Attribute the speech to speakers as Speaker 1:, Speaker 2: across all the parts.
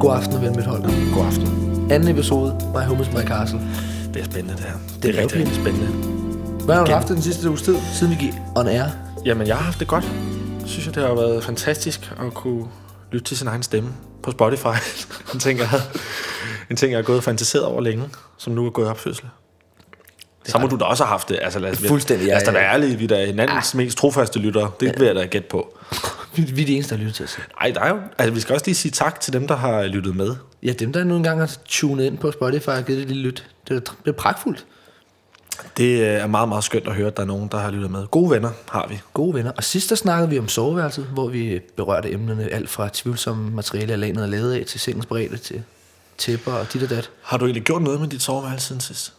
Speaker 1: God aften, ven mit Holger.
Speaker 2: God aften.
Speaker 1: Anden episode, My Home is My Castle.
Speaker 2: Det er spændende, det her. Det er
Speaker 1: Det er
Speaker 2: rigtig, rigtig spændende.
Speaker 1: Hvad har du
Speaker 2: Gen-
Speaker 1: haft den sidste uges tid, siden vi gik on air?
Speaker 2: Jamen, jeg har haft det godt. Jeg synes, at det har været fantastisk at kunne lytte til sin egen stemme på Spotify. en, ting, jeg havde, en ting, jeg har gået og fantaseret over længe, som nu er gået i opfødsel. Så må du da også have haft det. Altså, lad os,
Speaker 1: Fuldstændig, ja,
Speaker 2: Lad os da
Speaker 1: ja.
Speaker 2: være ærlige, vi er da hinandens mest trofaste lyttere. Det vil jeg da gætte på.
Speaker 1: Vi, vi er de eneste, der lytter til os.
Speaker 2: Ej, der er jo, altså, vi skal også lige sige tak til dem, der har lyttet med.
Speaker 1: Ja, dem der nu engang har tunet ind på Spotify og givet det et lille lyt. Det er, det er pragtfuldt.
Speaker 2: Det øh, er meget, meget skønt at høre, at der er nogen, der har lyttet med. Gode venner har vi.
Speaker 1: Gode venner. Og sidst der snakkede vi om soveværelset, hvor vi berørte emnerne alt fra tvivlsomme materiale, jeg lanet er lavet af, til sengens bredde, til tæpper og dit og dat.
Speaker 2: Har du egentlig gjort noget med dit soveværelse siden sidst?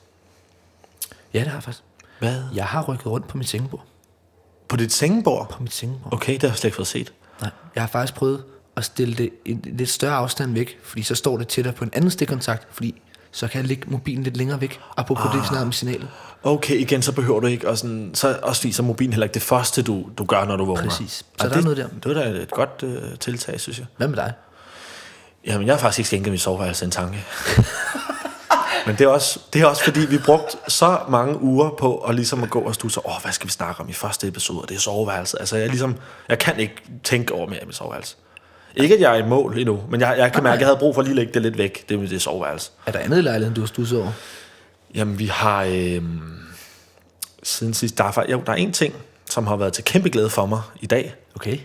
Speaker 1: Ja, det har jeg faktisk.
Speaker 2: Hvad?
Speaker 1: Jeg har rykket rundt på mit sengebord.
Speaker 2: På dit sengebord?
Speaker 1: På mit sengebord.
Speaker 2: Okay, det har jeg slet ikke fået set.
Speaker 1: Nej. Jeg har faktisk prøvet at stille det en lidt større afstand væk, fordi så står det tættere på en anden stikkontakt, fordi så kan jeg lægge mobilen lidt længere væk, apropos ah. det, vi snakkede om i signalet.
Speaker 2: Okay, igen, så behøver du ikke, og sådan, så, også fordi så er mobilen heller ikke det første, du, du gør, når du vågner.
Speaker 1: Præcis. Så
Speaker 2: Ej,
Speaker 1: der er
Speaker 2: det,
Speaker 1: noget der.
Speaker 2: Det er da et godt øh, tiltag, synes jeg.
Speaker 1: Hvad med dig?
Speaker 2: Jamen, jeg har faktisk ikke skænket mit soveværelse en tanke. Men det er, også, det er også fordi, vi brugte så mange uger på at, ligesom at gå og studse, åh, hvad skal vi snakke om i første episode, og det er soveværelset. Altså, jeg, ligesom, jeg kan ikke tænke over mere i mit soveværelse. Ikke, at jeg er i mål endnu, men jeg, jeg kan mærke, at jeg havde brug for lige at lægge det lidt væk, det med det soveværelse.
Speaker 1: Er der andet i lejligheden, du har stusset over?
Speaker 2: Jamen, vi har... Øh, siden sidst... Der er, fa- jo, der er en ting, som har været til kæmpe glæde for mig i dag.
Speaker 1: Okay.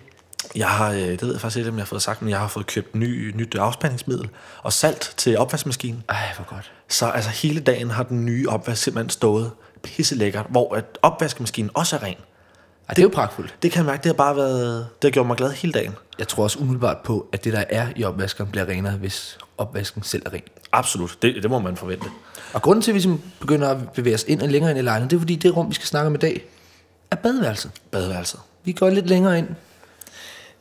Speaker 2: Jeg har, øh, det ved jeg faktisk ikke, om jeg har fået sagt, men jeg har fået købt ny, nyt afspændingsmiddel og salt til opvaskemaskinen.
Speaker 1: Ej, hvor godt.
Speaker 2: Så altså hele dagen har den nye opvask simpelthen stået pisse lækkert, hvor at opvaskemaskinen også er ren.
Speaker 1: Ej, det, det er jo pragtfuldt.
Speaker 2: Det kan jeg mærke, det har bare været, det har gjort mig glad hele dagen.
Speaker 1: Jeg tror også umiddelbart på, at det, der er i opvaskeren, bliver renere, hvis opvasken selv er ren.
Speaker 2: Absolut, det, det må man forvente.
Speaker 1: Og grunden til, at vi sådan begynder at bevæge os ind og længere ind i lejligheden, det er, fordi det rum, vi skal snakke om i dag, er badeværelset.
Speaker 2: Badeværelset.
Speaker 1: Vi går lidt længere ind.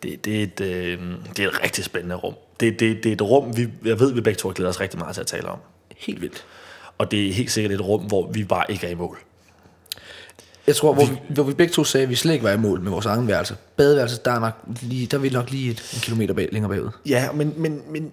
Speaker 2: Det, det, er et, øh, det er et rigtig spændende rum. Det, det, det er et rum, vi, jeg ved, vi begge to glæder os rigtig meget til at tale om.
Speaker 1: Helt vildt.
Speaker 2: Og det er helt sikkert et rum, hvor vi bare ikke er i mål.
Speaker 1: Jeg tror, hvor vi, hvor vi begge to sagde, at vi slet ikke var i mål med vores egen værelse. Badeværelset, der er, nok lige, der er vi nok lige et, en kilometer bag, længere bagud.
Speaker 2: Ja, men, men, men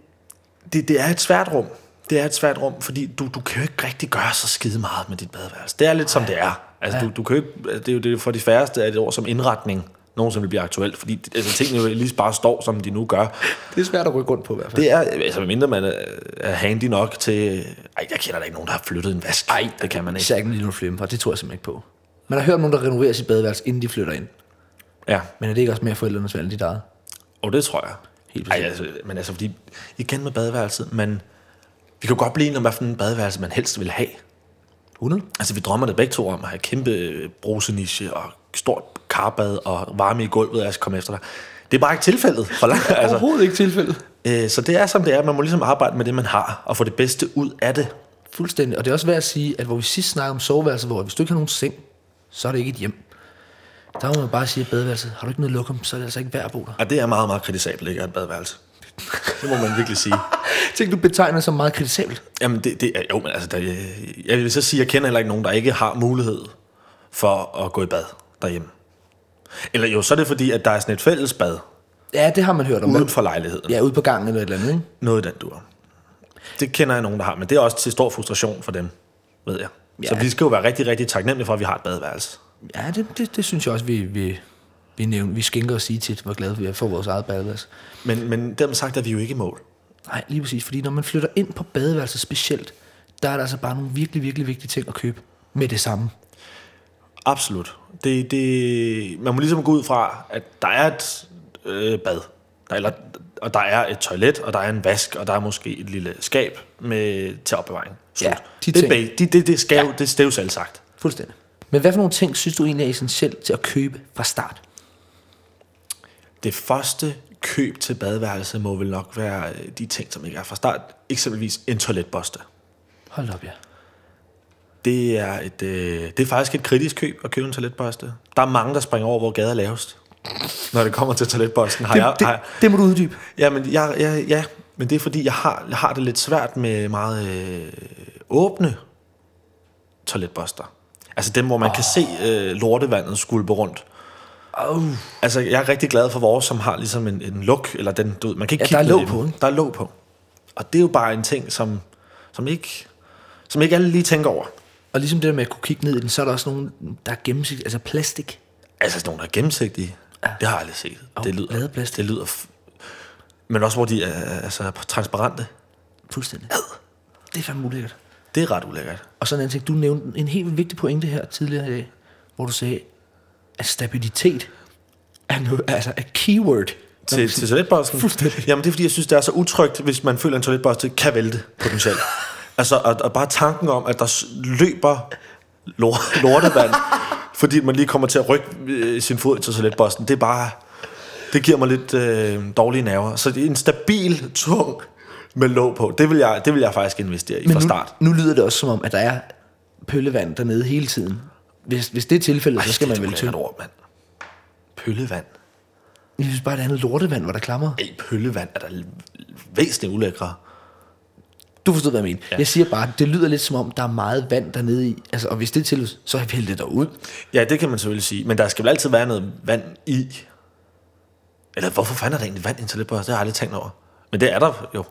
Speaker 2: det, det er et svært rum. Det er et svært rum, fordi du, du kan jo ikke rigtig gøre så skide meget med dit badeværelse. Det er lidt som det er. Altså, du, du kan jo ikke, det er jo det er for de færreste af det ord som indretning, nogensinde vil blive aktuelt, fordi altså, tingene jo lige bare står, som de nu gør.
Speaker 1: Det er svært at rykke rundt på i hvert fald.
Speaker 2: Det er, altså mindre man er- er handy nok til... Ej, jeg kender da ikke nogen, der har flyttet en vask. Nej, det kan man ikke.
Speaker 1: Især ikke lige nu flymme fra, det tror jeg simpelthen ikke på. Man har hørt om nogen, der renoverer sit badeværelse, inden de flytter ind.
Speaker 2: Ja,
Speaker 1: Men er det ikke også mere forældrenes valg, end dit eget?
Speaker 2: og det tror jeg.
Speaker 1: Helt
Speaker 2: Ej,
Speaker 1: bestemt.
Speaker 2: altså, men altså, fordi igen med badeværelset, men vi kan jo godt blive enige om, hvad for en badeværelse man helst vil have.
Speaker 1: 100?
Speaker 2: Altså, vi drømmer det begge to om at have kæmpe øh, brusenische og stort karbad og varme i gulvet, og jeg skal komme efter dig. Det er bare ikke tilfældet. For langt, altså.
Speaker 1: Overhovedet ikke tilfældet.
Speaker 2: øh, så det er, som det er. Man må ligesom arbejde med det, man har, og få det bedste ud af det.
Speaker 1: Fuldstændig. Og det er også værd at sige, at hvor vi sidst snakkede om soveværelset, hvor hvis du ikke har nogen seng, så er det ikke et hjem. Der må man bare sige, at badeværelset, har du ikke noget lokum, så er det altså ikke værd at bo der.
Speaker 2: Og det er meget, meget kritisabelt, ikke? At have et badeværelse. Det må man virkelig sige.
Speaker 1: Tænk, du betegner som meget kritisabelt.
Speaker 2: Jamen, det, det er, jo, men altså, der, øh, jeg vil så sige, at jeg kender heller ikke nogen, der ikke har mulighed for at gå i bad derhjemme. Eller jo, så er det fordi, at der er sådan et fælles bad
Speaker 1: Ja, det har man hørt om.
Speaker 2: uden for lejligheden.
Speaker 1: Ja, ude på gangen eller et eller andet, ikke?
Speaker 2: Noget i den dur. Det kender jeg nogen, der har, men det er også til stor frustration for dem, ved jeg. Ja. Så
Speaker 1: Ja.
Speaker 2: vi skal jo være rigtig, rigtig taknemmelige for, at vi har et badeværelse.
Speaker 1: Ja, det, det, det synes jeg også, vi, vi, vi, nævner. vi skænker os i tit, hvor glade vi er for vores eget badeværelse.
Speaker 2: Men, men dermed sagt er vi jo ikke i mål.
Speaker 1: Nej, lige præcis, fordi når man flytter ind på badeværelset specielt, der er der altså bare nogle virkelig, virkelig vigtige ting at købe med det samme.
Speaker 2: Absolut. Det, det, man må ligesom gå ud fra, at der er et øh, bad, der, eller, og der er et toilet, og der er en vask, og der er måske et lille skab med, til opbevaring. Slut.
Speaker 1: Ja, de
Speaker 2: det, er
Speaker 1: ting.
Speaker 2: bag- det, det, det, skal jo, det, det er jo selv sagt.
Speaker 1: Fuldstændig. Men hvad for nogle ting synes du egentlig er essentielt til at købe fra start?
Speaker 2: Det første køb til badeværelse må vel nok være øh, de ting, som ikke er fra start. Eksempelvis en toiletbørste.
Speaker 1: Hold op, ja.
Speaker 2: Det er, et, øh, det er faktisk et kritisk køb at købe en toiletbørste. Der er mange, der springer over, hvor gader er lavest. Når det kommer til toiletbørsten, har jeg...
Speaker 1: det,
Speaker 2: Har,
Speaker 1: det må du uddybe.
Speaker 2: ja, men jeg, jeg, ja, men det er fordi, jeg har, jeg har det lidt svært med meget øh, åbne toiletbørster. Altså dem, hvor man oh. kan se øh, lortevandet skulpe rundt.
Speaker 1: Oh.
Speaker 2: Altså, jeg er rigtig glad for vores, som har ligesom en, en luk, eller den, du ved, man kan ikke
Speaker 1: Ja, der er
Speaker 2: kigge ned
Speaker 1: låg
Speaker 2: i den.
Speaker 1: på, ikke?
Speaker 2: Der er låg på. Og det er jo bare en ting, som, som, ikke, som ikke alle lige tænker over.
Speaker 1: Og ligesom det der med at kunne kigge ned i den, så er der også nogen, der er gennemsigtige, altså plastik.
Speaker 2: Altså sådan nogle, der er gennemsigtige. Det har jeg aldrig set.
Speaker 1: Og
Speaker 2: det lyder,
Speaker 1: pladeplastik.
Speaker 2: det lyder f- men også hvor de er altså, transparente.
Speaker 1: Fuldstændig. Det er fandme ulækkert.
Speaker 2: Det er ret ulækkert.
Speaker 1: Og sådan en ting, du nævnte en helt vildt vigtig pointe her tidligere i dag, hvor du sagde, at stabilitet er noget, altså et keyword.
Speaker 2: til, til toiletbørsten.
Speaker 1: Fuldstændig.
Speaker 2: Jamen det er fordi, jeg synes, det er så utrygt, hvis man føler, at en toiletbørste kan vælte potentielt. altså, og, og bare tanken om, at der s- løber lort, lortevand, fordi man lige kommer til at rykke øh, sin fod til toiletbørsten, det er bare... Det giver mig lidt øh, dårlige nerver. Så det er en stabil, tung med låg på. Det vil jeg, det vil jeg faktisk investere i Men fra
Speaker 1: nu,
Speaker 2: start.
Speaker 1: nu lyder det også som om, at der er pøllevand dernede hele tiden. Hvis, hvis det er tilfældet, så skal man vel
Speaker 2: til.
Speaker 1: tynde.
Speaker 2: ord, mand. Pøllevand.
Speaker 1: Jeg synes bare, det er noget lortevand, hvor der klamrer.
Speaker 2: Ej, pøllevand er da væsentligt ulækre.
Speaker 1: Du forstod, hvad jeg mener. Ja. Jeg siger bare, det lyder lidt som om, der er meget vand dernede i. Altså, og hvis det er tilfældet, så er jeg væltet derud.
Speaker 2: Ja, det kan man selvfølgelig sige. Men der skal vel altid være noget vand i. Eller hvorfor fanden er der egentlig vand i en toiletbørste? Det har jeg aldrig tænkt over. Men det er der jo.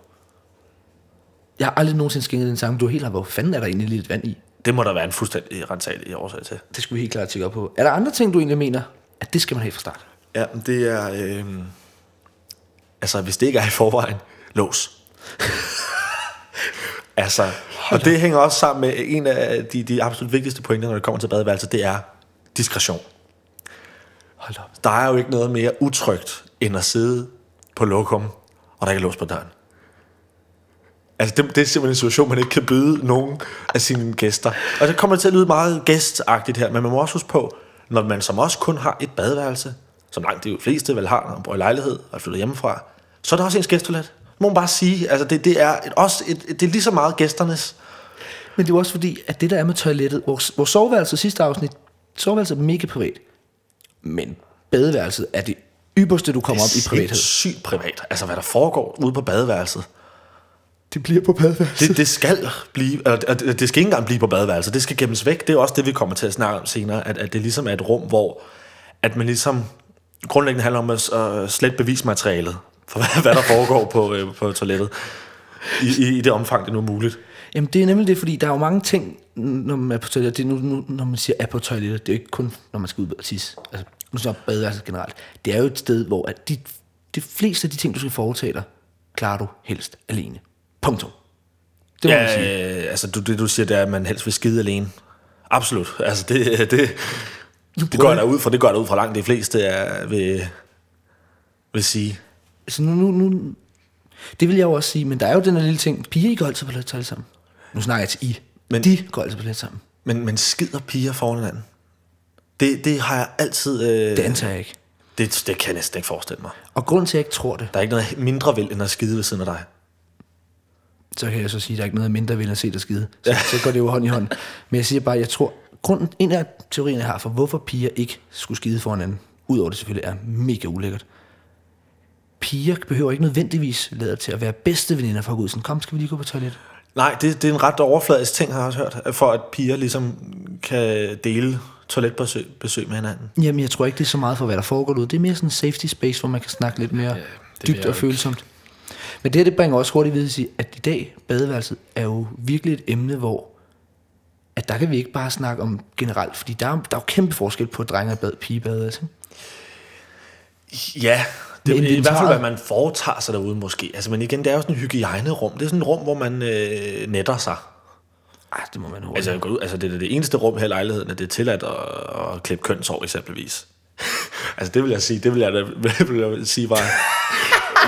Speaker 1: Jeg har aldrig nogensinde skænket den samme. Du er helt har, hvor fanden er der egentlig lidt vand i?
Speaker 2: Det må der være en fuldstændig rentabel årsag til.
Speaker 1: Det skulle vi helt klart tjekke op på. Er der andre ting, du egentlig mener, at det skal man have fra start?
Speaker 2: Ja, men det er... Øh... Altså, hvis det ikke er i forvejen, lås. altså, og det hænger også sammen med en af de, de absolut vigtigste pointer, når det kommer til badeværelset, det er diskretion.
Speaker 1: Hold op.
Speaker 2: Der er jo ikke noget mere utrygt, end at sidde på lokum, og der ikke er lås på døren. Altså, det, det er simpelthen en situation, man ikke kan byde nogen af sine gæster. Og så kommer det til at lyde meget gæstagtigt her, men man må også huske på, når man som også kun har et badeværelse, som langt de fleste vel har, når man bor i lejlighed og er flyttet hjemmefra, så er der også ens gæsttoilet. Det må man bare sige. Altså, det, det, er et, også et, det er lige så meget gæsternes.
Speaker 1: Men det er jo også fordi, at det der er med toilettet, vores, vores soveværelse sidste afsnit, soveværelset er mega privat. Men badeværelset er det ypperste, du kommer op i privathed.
Speaker 2: Sygt privat. Altså, hvad der foregår ude på badeværelset.
Speaker 1: Det bliver på badeværelset.
Speaker 2: Det, det skal blive, og og det det skal ikke engang blive på badeværelset, det skal gemmes væk. Det er også det, vi kommer til at snakke om senere, at, at det ligesom er et rum, hvor at man ligesom grundlæggende handler om at uh, slette bevismaterialet for, hvad, hvad der foregår på, øh, på toilettet. I, i, I det omfang, det nu er muligt.
Speaker 1: Jamen det er nemlig det, fordi der er jo mange ting, n- når man er på toilettet. Det er nu, nu, når man siger er på toilettet, det er jo ikke kun, når man skal ud og tisse. Altså, nu så badeværelset generelt. Det er jo et sted, hvor at de, de fleste af de ting, du skal foretage dig, klarer du helst alene. Punktum. Det må man sige.
Speaker 2: Ja, øh, altså du, det du siger, det er, at man helst vil skide alene. Absolut. Altså det, det, det går der ud fra, det går der ud fra langt de fleste er, vil, vil sige.
Speaker 1: Altså nu, nu, nu, det vil jeg jo også sige, men der er jo den her lille ting, piger, I går altid på toilet sammen. Nu snakker jeg til I. Men,
Speaker 2: Men-
Speaker 1: de går altid på toilet sammen.
Speaker 2: Men, men skider piger foran hinanden? Det, det har jeg altid... Øh,
Speaker 1: Det antager jeg ikke.
Speaker 2: det, det kan jeg næsten ikke forestille mig.
Speaker 1: Og grund til, at jeg ikke tror det,
Speaker 2: Der er ikke noget mindre vel, end at skide ved siden af dig.
Speaker 1: så kan jeg så sige, at der er ikke noget mindre vil at se dig skide. Så, så går det jo hånd i hånd. Men jeg siger bare, at jeg tror, grunden, en af teorierne her for, hvorfor piger ikke skulle skide foran anden, udover det selvfølgelig er mega ulækkert. Piger behøver ikke nødvendigvis lader til at være bedste veninder for at gå ud. Sådan, kom, skal vi lige gå på toilet?
Speaker 2: Nej, det, det er en ret overfladisk ting, har jeg også hørt, for at piger ligesom kan dele toiletbesøg besøg med hinanden.
Speaker 1: Jamen, jeg tror ikke, det er så meget for, hvad der foregår derude. Det er mere sådan en safety space, hvor man kan snakke lidt mere ja,
Speaker 3: vil
Speaker 1: dybt
Speaker 3: jeg
Speaker 1: og
Speaker 3: jo
Speaker 1: følsomt. Men det her, det bringer også hurtigt videre at sige, at i dag, badeværelset er jo virkelig et emne, hvor at der kan vi ikke bare snakke om generelt, fordi der er, der er jo kæmpe forskel på drenge og bad, pigebade. Altså.
Speaker 2: Ja,
Speaker 1: Med
Speaker 2: det er i hvert fald,
Speaker 1: inventaret.
Speaker 2: hvad man foretager sig derude måske. Altså, men igen, det er jo sådan et hygiejnerum. Det er sådan et rum, hvor man øh, netter sig.
Speaker 1: Ej, det må man hurtigt. Altså,
Speaker 2: Altså, jeg går ud, altså det er det eneste rum her i lejligheden, at det er tilladt at, at klippe kønsår eksempelvis. altså det vil jeg sige, det vil jeg, da, vil jeg sige var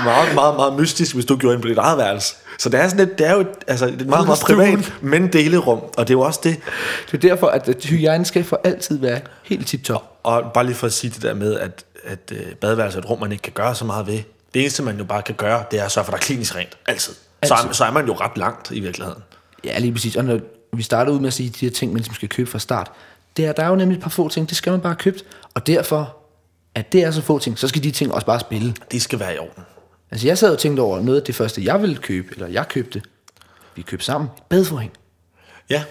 Speaker 2: meget, meget, meget mystisk, hvis du gjorde ind på dit eget værelse. Så det er sådan lidt, det er jo et, altså et meget, meget privat, men delerum, og det er jo også det.
Speaker 3: Altså-
Speaker 1: det er derfor, at, at hygiejne skal for altid være helt tip-top.
Speaker 2: Og bare lige for at sige det der med, at, at øh, badeværelse er et rum, man ikke kan gøre så meget ved. Det eneste, man jo bare kan gøre, det er at sørge for, at der er klinisk rent. Altid. Så er, så er man jo ret langt i virkeligheden.
Speaker 1: Ja, lige præcis. Og når vi startede ud med at sige de her ting, man ligesom skal købe fra start, det er, der er jo nemlig et par få ting, det skal man bare have købt. Og derfor, at det er så få ting, så skal de ting også bare spille.
Speaker 2: Det skal være i orden.
Speaker 1: Altså jeg sad og tænkte over noget af det første, jeg ville købe, eller jeg købte. Vi købte sammen. Et badeforhæng.
Speaker 2: Ja,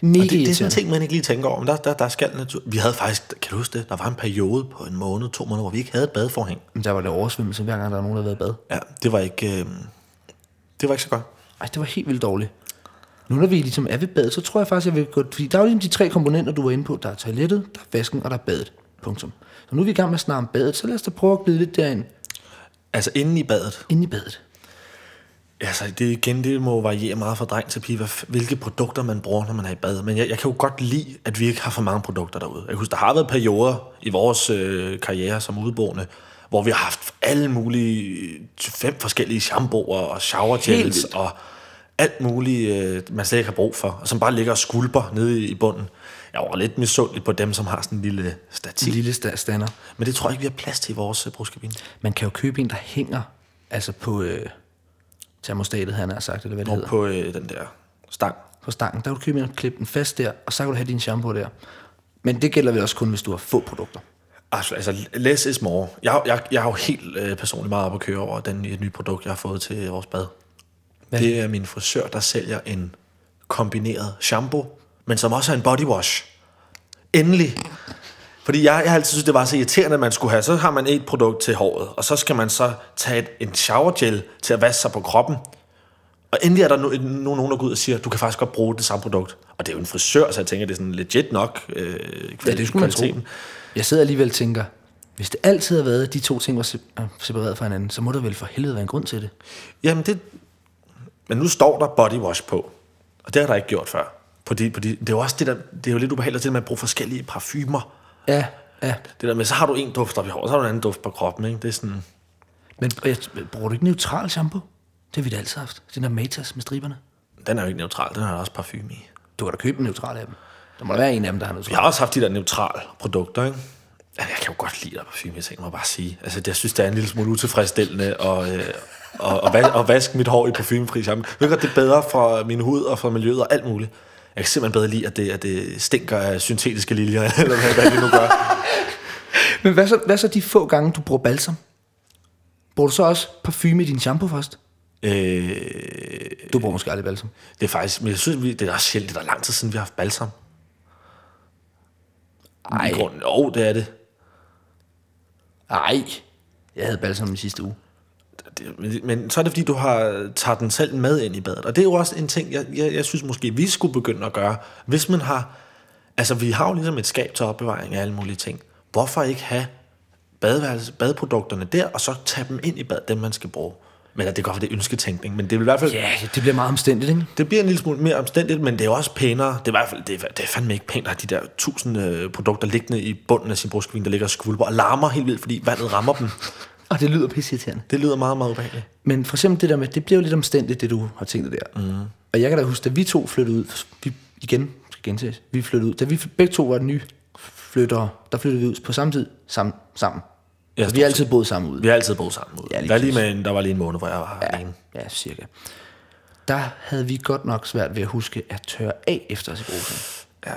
Speaker 1: Det er mega
Speaker 2: Og det, det er sådan en
Speaker 1: irriterende.
Speaker 2: ting, man ikke lige tænker over. Men der, der, der skal natur... Vi havde faktisk, kan du huske det? Der var en periode på en måned, to måneder, hvor vi ikke havde et badeforhæng.
Speaker 1: Men der var det oversvømmelse, hver gang der var nogen, der havde været i bad.
Speaker 2: Ja, øhm, det var ikke... Øh... Det Det var ikke så godt.
Speaker 1: Ej, det var helt vildt dårligt. Nu når vi ligesom er ved badet, så tror jeg faktisk, jeg vil gå... Fordi der er jo ligesom de tre komponenter, du var inde på. Der er toilettet, der er vasken, og der er badet. Punktum. Så nu er vi i gang med at snakke om badet, så lad os da prøve at glide lidt derind.
Speaker 2: Altså inde i badet.
Speaker 1: Ind i badet.
Speaker 2: Altså det igen, det må variere meget fra dreng til pige, hvad f- hvilke produkter man bruger, når man er i bad. Men jeg, jeg kan jo godt lide, at vi ikke har for mange produkter derude. Jeg husker, der har været perioder i vores øh, karriere som udeboende, hvor vi har haft alle mulige øh, fem forskellige shampooer og shower
Speaker 1: Helt
Speaker 2: gels
Speaker 1: vildt.
Speaker 2: og alt muligt, øh, man slet ikke har brug for, og som bare ligger og skulper nede i- i bunden. Jeg var lidt misundelig på dem, som har sådan en lille
Speaker 1: En
Speaker 2: stativ.
Speaker 1: lille sta- stander.
Speaker 2: Men det tror jeg ikke, vi har plads til i vores øh, brugskabine.
Speaker 1: Man kan jo købe en, der hænger altså på øh, termostatet, han har sagt, eller hvad det hedder.
Speaker 2: På øh, den der stang.
Speaker 1: På stangen. Der kan du købe en og klippe den fast der, og så kan du have din shampoo der. Men det gælder vel også kun, hvis du har få produkter.
Speaker 2: Altså, altså less is more. Jeg, jeg, jeg har jo helt øh, personligt meget op at køre over den nye- nye produkt, jeg har fået til vores bad.
Speaker 1: Hvad?
Speaker 2: Det er min frisør, der sælger en kombineret shampoo, men som også er en body wash. Endelig. Fordi jeg, jeg har altid synes, det var så irriterende, at man skulle have. Så har man et produkt til håret, og så skal man så tage et, en showergel til at vaske sig på kroppen. Og endelig er der no, no, nogen, der går ud og siger, du kan faktisk godt bruge det samme produkt. Og det er jo en frisør, så jeg tænker, det er sådan legit nok øh, kval-
Speaker 1: Ja, det skulle man tro.
Speaker 2: kvaliteten.
Speaker 1: Jeg sidder alligevel og tænker, hvis det altid har været, at de to ting var se- øh, separeret fra hinanden, så må der vel for helvede være en grund til det.
Speaker 2: Jamen det... Men nu står der body wash på. Og det har der ikke gjort før. På de, på de, det er jo også det der, det er jo lidt ubehageligt det der med at bruge forskellige parfumer.
Speaker 1: Ja, ja.
Speaker 2: Det der med, så har du en duft op i håret, så har du en anden duft på kroppen, ikke? Det er sådan,
Speaker 1: Men og jeg, bruger du ikke neutral shampoo? Det har vi da altid haft. Den der Matas med striberne.
Speaker 2: den er jo ikke neutral, den har der også parfume i.
Speaker 1: Du kan da købe en neutral af dem. Der må da være en af dem, der har neutral.
Speaker 2: Jeg har også haft de der neutrale produkter, ikke? Altså, jeg kan jo godt lide der parfume, jeg tænker mig bare sige. Altså, jeg synes, det er en lille smule utilfredsstillende og, øh, og, og, vas- og vaske mit hår i parfumefri sammen. Jeg ved godt, det er bedre for min hud og for miljøet og alt muligt. Jeg kan simpelthen bedre lide, at det, at det stinker af syntetiske liljer, eller hvad, hvad det nu gør.
Speaker 1: Men hvad så, hvad så de få gange, du bruger balsam? Bruger du så også parfume i din shampoo først?
Speaker 2: Øh,
Speaker 1: Du bruger måske aldrig balsam.
Speaker 2: det er faktisk, men jeg synes, vi- det er også sjældent, det er lang tid siden, vi har haft balsam.
Speaker 1: Ej.
Speaker 2: I grunden, jo, det er det.
Speaker 1: Nej. Jeg havde balsam i sidste uge.
Speaker 2: det men, men så er det, fordi du har tager den selv med ind i badet. Og det er jo også en ting, jeg, jeg, jeg synes måske, vi skulle begynde at gøre. Hvis man har... Altså, vi har jo ligesom et skab til opbevaring af alle mulige ting. Hvorfor ikke have badeværelse, badeprodukterne der, og så tage dem ind i bad, dem man skal bruge? Men det kan godt være, det er ønsketænkning, men det er i hvert fald...
Speaker 1: Ja, det bliver meget omstændigt, ikke?
Speaker 2: Det bliver en lille smule mere omstændigt, men det er jo også pænere. Det er i hvert fald det er, det er fandme ikke pænt at have de der tusind øh, produkter liggende i bunden af sin brugskabine, der ligger og skvulper og larmer helt vildt, fordi vandet rammer dem.
Speaker 1: Og det lyder pisseirriterende.
Speaker 2: Det lyder meget, meget ubehageligt.
Speaker 1: Men for eksempel det der med, det bliver jo lidt omstændigt, det du har tænkt dig der. Mm. Og jeg kan da huske, da vi to flyttede ud, vi igen skal gentages, vi flyttede ud, da vi begge to var nye flyttere, der flyttede vi ud på samme tid sammen. sammen.
Speaker 2: Ja,
Speaker 1: Ja, vi
Speaker 2: stort
Speaker 1: har altid boet sammen ude.
Speaker 2: Vi har altid boet sammen ud.
Speaker 1: Ja,
Speaker 2: Ja,
Speaker 1: lige
Speaker 2: der, er lige med en, der var lige en måned, hvor jeg var ja. alene.
Speaker 1: Ja, cirka. Der havde vi godt nok svært ved at huske at tørre af efter os i brugsen.
Speaker 2: Ja.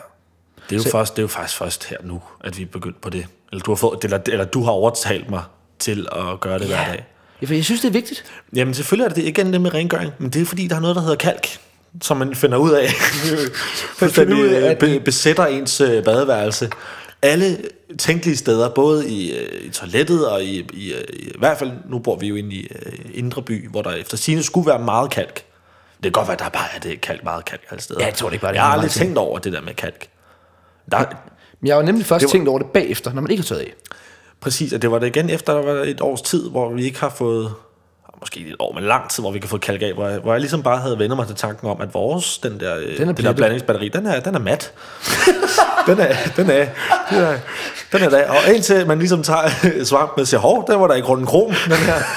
Speaker 2: Det, er jo først, det er jo faktisk først her nu, at vi er begyndt på det. Eller du har, fået, eller, eller du har overtalt mig til at gøre det ja. hver dag.
Speaker 1: Ja, for jeg synes, det er vigtigt.
Speaker 2: Jamen selvfølgelig er det det igen det med rengøring, men det er fordi, der er noget, der hedder kalk, som man finder ud af, fuldstændig
Speaker 1: ud af, at-
Speaker 2: øh, be- besætter ens øh, badeværelse. Alle tænkelige steder, både i, øh, i toilettet og i, i, øh, i, i hvert fald, nu bor vi jo inde i øh, Indre By, hvor der efter sine skulle være meget kalk. Det kan godt være, der bare er det kalk, meget kalk alle steder.
Speaker 1: Ja, jeg tror, det ikke bare, det
Speaker 2: Jeg
Speaker 1: er
Speaker 2: har
Speaker 1: meget
Speaker 2: aldrig
Speaker 1: ting.
Speaker 2: tænkt over det der med kalk. Der,
Speaker 1: Men jeg har jo nemlig først var... tænkt over det bagefter, når man ikke har tørret af.
Speaker 2: Præcis, og det var det igen efter der var et års tid, hvor vi ikke har fået, måske ikke et år, men lang tid, hvor vi ikke har fået kalk af, hvor jeg, hvor jeg ligesom bare havde vendt mig til tanken om, at vores, den der, øh, den den der
Speaker 1: plettet.
Speaker 2: blandingsbatteri, den er, den er mat. den er, den er, den er, den er der. Og indtil man ligesom tager svampen og siger, hov, den var der ikke rundt en krom, den her.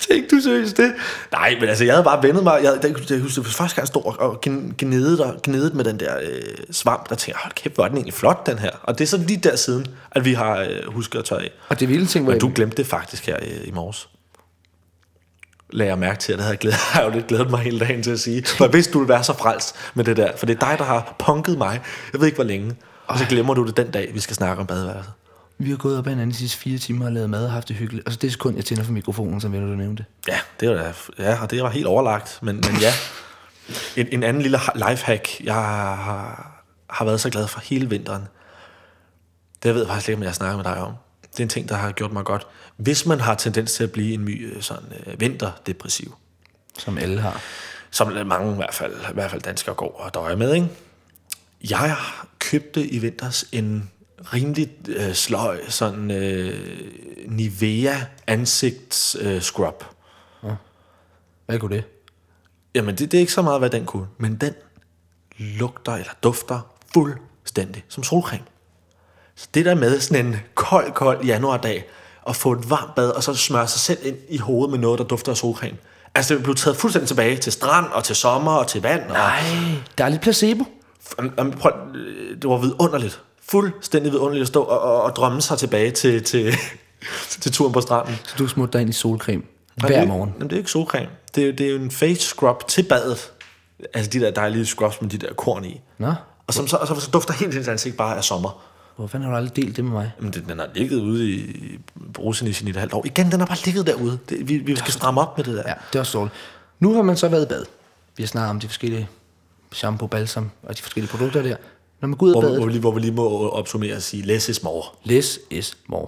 Speaker 2: Tænkte du seriøst det? Nej, men altså, jeg havde bare vendet mig. Jeg, jeg, jeg, jeg husker, det var første gang, jeg stod og, og gn- gnedede, og, gnedede med den der øh, svamp, der tænkte, jeg, hold kæft, hvor er den egentlig flot, den her. Og det er så lige der siden, at vi har øh, husket at tørre af.
Speaker 1: Og det vilde ting var,
Speaker 2: Men du glemte det faktisk her øh, i morges. Lagde jeg mærke til, at det havde jeg, glædet, jeg har jo lidt glædet mig hele dagen til at sige. For jeg vidste, du ville være så frelst med det der. For det er dig, der har punket mig. Jeg ved ikke, hvor længe. Og så glemmer du det den dag, vi skal snakke om badeværelset.
Speaker 1: vi har gået op ad hinanden de sidste fire timer og lavet mad og haft det hyggeligt. Og så det sekund, jeg tænder for mikrofonen, som vil du nævne det.
Speaker 2: Ja, det var, da- ja, og det var helt overlagt, men, men ja. En, en anden lille ha- lifehack, jeg har, har været så glad for hele vinteren, det ved jeg faktisk ikke, om jeg snakker med dig om. Det er en ting, der har gjort mig godt. Hvis man har tendens til at blive en my øh, sådan, øh, vinterdepressiv,
Speaker 1: som alle har.
Speaker 2: som mange i hvert fald, i hvert fald danskere går og døjer med, ikke? Jeg købte i vinters en rimelig øh, sløj sådan øh, Nivea ansigts øh, scrub.
Speaker 1: Hvad kunne det?
Speaker 2: Jamen det, det er ikke så meget, hvad den kunne, men den lugter eller dufter fuldstændig som solcreme. Så det der med sådan en kold, kold januardag, at få et varmt bad, og så smøre sig selv ind i hovedet med noget, der dufter af solcreme. Altså, det blev taget fuldstændig tilbage til strand, og til sommer, og til vand. Og,
Speaker 1: Ej, der er lidt placebo.
Speaker 2: Am- am- prøv, øh, det var vidunderligt. Fuldstændig vidunderligt at stå og, og, og drømme sig tilbage til, til, til turen på stranden.
Speaker 1: Så du smutter dig ind i solcreme
Speaker 2: Jamen, det
Speaker 1: hver
Speaker 2: er-
Speaker 1: morgen.
Speaker 2: Jamen, det er ikke solcreme. Det er, jo- det er jo en face scrub til badet. Altså de der dejlige scrubs med de der korn i.
Speaker 1: Nå,
Speaker 2: Og, som så, og så, så dufter helt hendes ansigt bare af sommer.
Speaker 1: hvor fanden har du aldrig delt det med mig?
Speaker 2: Jamen, den, den har ligget ude i brusen i sin et halvt år. Igen, den har bare ligget derude. Det, vi, vi skal stramme op med det der.
Speaker 1: Ja, det er også dårligt. Nu har man så været i bad. Vi har snakket om de forskellige shampoo, balsam og de forskellige produkter der. Når man går ud af
Speaker 2: Hvor, hvor,
Speaker 1: badet,
Speaker 2: vi lige, hvor vi lige må opsummere og sige, less is more.
Speaker 1: less is more.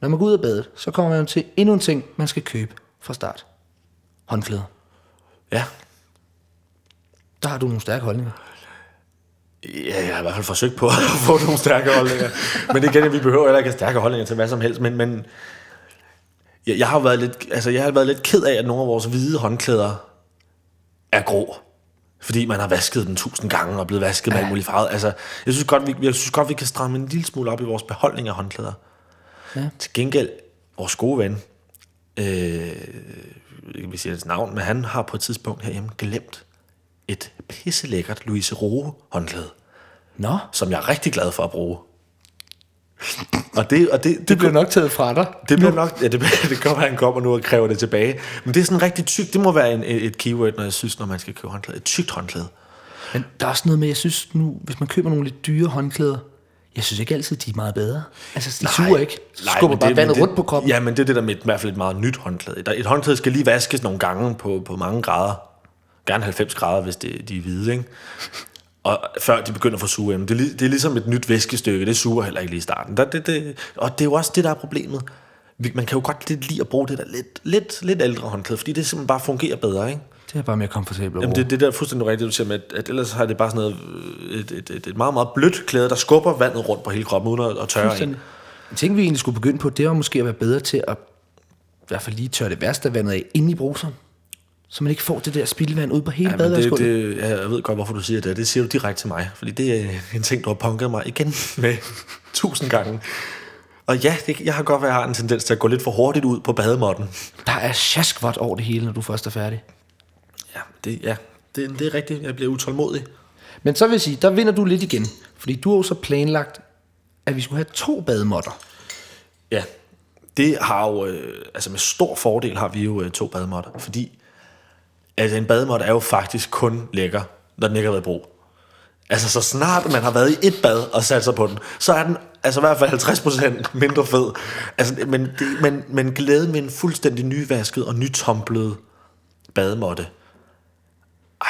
Speaker 1: Når man går ud af badet, så kommer man jo til endnu en ting, man skal købe fra start. Håndklæder.
Speaker 2: Ja.
Speaker 1: Der har du nogle stærke holdninger.
Speaker 2: Ja, jeg har i hvert fald forsøgt på at få nogle stærke holdninger. Men igen, vi behøver heller ikke have stærke holdninger til hvad som helst. Men, men jeg, jeg, har jo været lidt, altså, jeg har været lidt ked af, at nogle af vores hvide håndklæder er grå. Fordi man har vasket den tusind gange og blevet vasket med alt muligt farvet. Altså, jeg synes, godt, vi, jeg synes godt, vi kan stramme en lille smule op i vores beholdning af håndklæder.
Speaker 1: Ja.
Speaker 2: Til gengæld, vores gode ven, øh, jeg vil sige hans navn, men han har på et tidspunkt herhjemme glemt et pisselækkert Louise Roe håndklæde
Speaker 1: Nå,
Speaker 2: som jeg er rigtig glad for at bruge. Og det, og det, det,
Speaker 1: bliver nok taget fra dig.
Speaker 2: det bliver nok, ja, det, det kommer, han kommer nu og kræver det tilbage. Men det er sådan rigtig tykt, det må være en, et keyword, når jeg synes, når man skal købe håndklæde. Et tykt håndklæde.
Speaker 1: Men der er også noget med, jeg synes nu, hvis man køber nogle lidt dyre håndklæder, jeg synes ikke altid, de er meget bedre. Altså, de suger ikke. Så
Speaker 2: Nej,
Speaker 1: skubber
Speaker 2: men
Speaker 1: bare
Speaker 2: det-
Speaker 1: vandet
Speaker 2: men det-
Speaker 1: rundt på kroppen.
Speaker 2: Ja, men det er det der med et, i hvert fald et meget nyt håndklæde. Der, et håndklæde skal lige vaskes nogle gange på, på mange grader. Gerne 90 grader, hvis det, de er hvide, ikke? Og før de begynder at få suge det, er lig- det er ligesom et nyt væskestykke, det suger heller ikke lige i starten. Der, det, det, og det er jo også det, der er problemet. Vi- Man kan jo godt lidt lide at bruge det der lidt, lidt, lidt ældre håndklæde, fordi det simpelthen bare fungerer bedre, ikke?
Speaker 1: Det er bare mere komfortabelt at
Speaker 2: Jamen,
Speaker 1: bruge.
Speaker 2: det, det der er fuldstændig rigtigt, du siger med, at, at ellers har det bare sådan noget, øh, et, et, et, et meget, meget blødt klæde, der skubber vandet rundt på hele kroppen, uden at, at tørre en.
Speaker 1: Fuldstændig. En ting, vi egentlig skulle begynde på, det var måske at være bedre til at i hvert fald lige tørre det værste af vandet af inde i bruseren. Så man ikke får det der spildevand ud på hele ja,
Speaker 2: Ja, men det,
Speaker 1: badeværskulden.
Speaker 2: det, ja, jeg ved godt, hvorfor du siger det. Det siger du direkte til mig. Fordi det er en ting, du har punket mig igen med tusind gange. Og ja, det, jeg har godt været, jeg har en tendens til at gå lidt for hurtigt ud på bademotten.
Speaker 1: Der er sjaskvot over det hele, når du først er færdig.
Speaker 2: Ja, det, ja. Det, det er rigtigt. Jeg bliver utålmodig.
Speaker 1: Men så vil jeg sige, der vinder du lidt igen. Fordi du har jo så planlagt, at vi skulle have to bademotter.
Speaker 2: Ja, det har jo, øh, altså med stor fordel har vi jo øh, to bademåtter, fordi altså en bademåtte er jo faktisk kun lækker, når den ikke har været i brug. Altså så snart man har været i et bad og sat sig på den, så er den altså i hvert fald 50% mindre fed. Altså, men, det, men, men glæden ved en fuldstændig nyvasket og nytomplet bademåtte, Ej,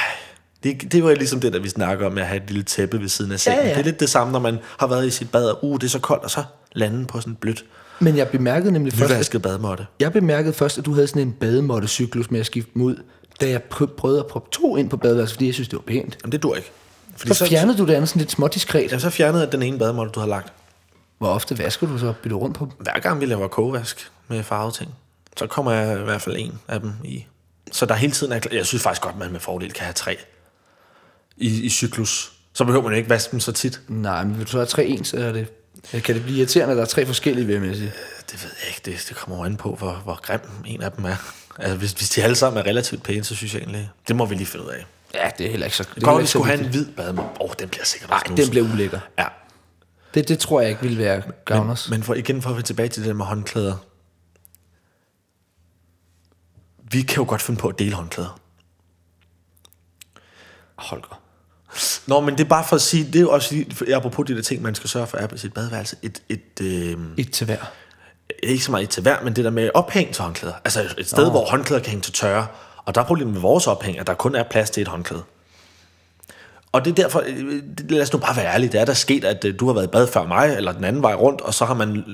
Speaker 2: det, det var ligesom det, der vi snakker om, med at have et lille tæppe ved siden af sengen.
Speaker 1: ja.
Speaker 2: Det er lidt det samme, når man har været i sit bad, og uh, det er så koldt, og så lande på sådan et blødt
Speaker 1: Men jeg bemærkede nemlig først, at,
Speaker 2: Nyvasket bademåtte.
Speaker 1: jeg bemærkede først, at du havde sådan en bademottecyklus med at skifte dem ud, da jeg prø- prøvede at proppe to ind på badeværelset, fordi jeg synes, det var pænt.
Speaker 2: Jamen, det dur ikke.
Speaker 1: Så,
Speaker 2: Fordi
Speaker 1: så fjernede du det andet sådan lidt småt diskret.
Speaker 2: jamen, så fjernede jeg den ene bademåtte, du havde lagt.
Speaker 1: Hvor ofte vasker du så? Bytter du rundt på dem?
Speaker 2: Hver gang vi laver kogevask med farvede ting, så kommer jeg i hvert fald en af dem i. Så der hele tiden er klar. Jeg synes faktisk godt, man med fordel kan have tre i, i cyklus. Så behøver man jo ikke vaske dem så tit.
Speaker 1: Nej, men vil du så have tre ens, eller er det, eller kan det blive irriterende, at der er tre forskellige, vil jeg mere sige?
Speaker 2: Øh, Det ved jeg ikke. Det, det kommer jo an på, hvor, hvor grim en af dem er. Altså, hvis, hvis de alle sammen er relativt pæne, så synes jeg egentlig, det må vi lige finde ud af.
Speaker 1: Ja, det er heller ikke så... Det
Speaker 2: Det godt, at vi skulle have en hvid bademåtte. Åh, oh, den bliver sikkert også
Speaker 1: Nej, den
Speaker 2: nusset.
Speaker 1: bliver ulækker.
Speaker 2: Ja,
Speaker 1: Det, det tror jeg ikke ville være gavners.
Speaker 2: Men for, igen for at vende tilbage til det der med håndklæder. Vi kan jo godt finde på at dele håndklæder.
Speaker 1: Holger.
Speaker 2: Nå, men det er bare for at sige, det er jo også lige, for- apropos de der ting, man skal sørge for er på sit badeværelse. Et, et, øh,
Speaker 1: Et til hver.
Speaker 2: ikke så meget et til hver, men det der med ophæng til håndklæder. Altså et- et sted, hvor håndklæder kan hænge til tørre. Og der er problemet med vores ophæng, at der kun er plads til et håndklæde. Og det er derfor, øh, det- lad os nu bare være ærlige, det er der sket, at øh, du har været i bad før mig, eller den anden vej rundt, og så har man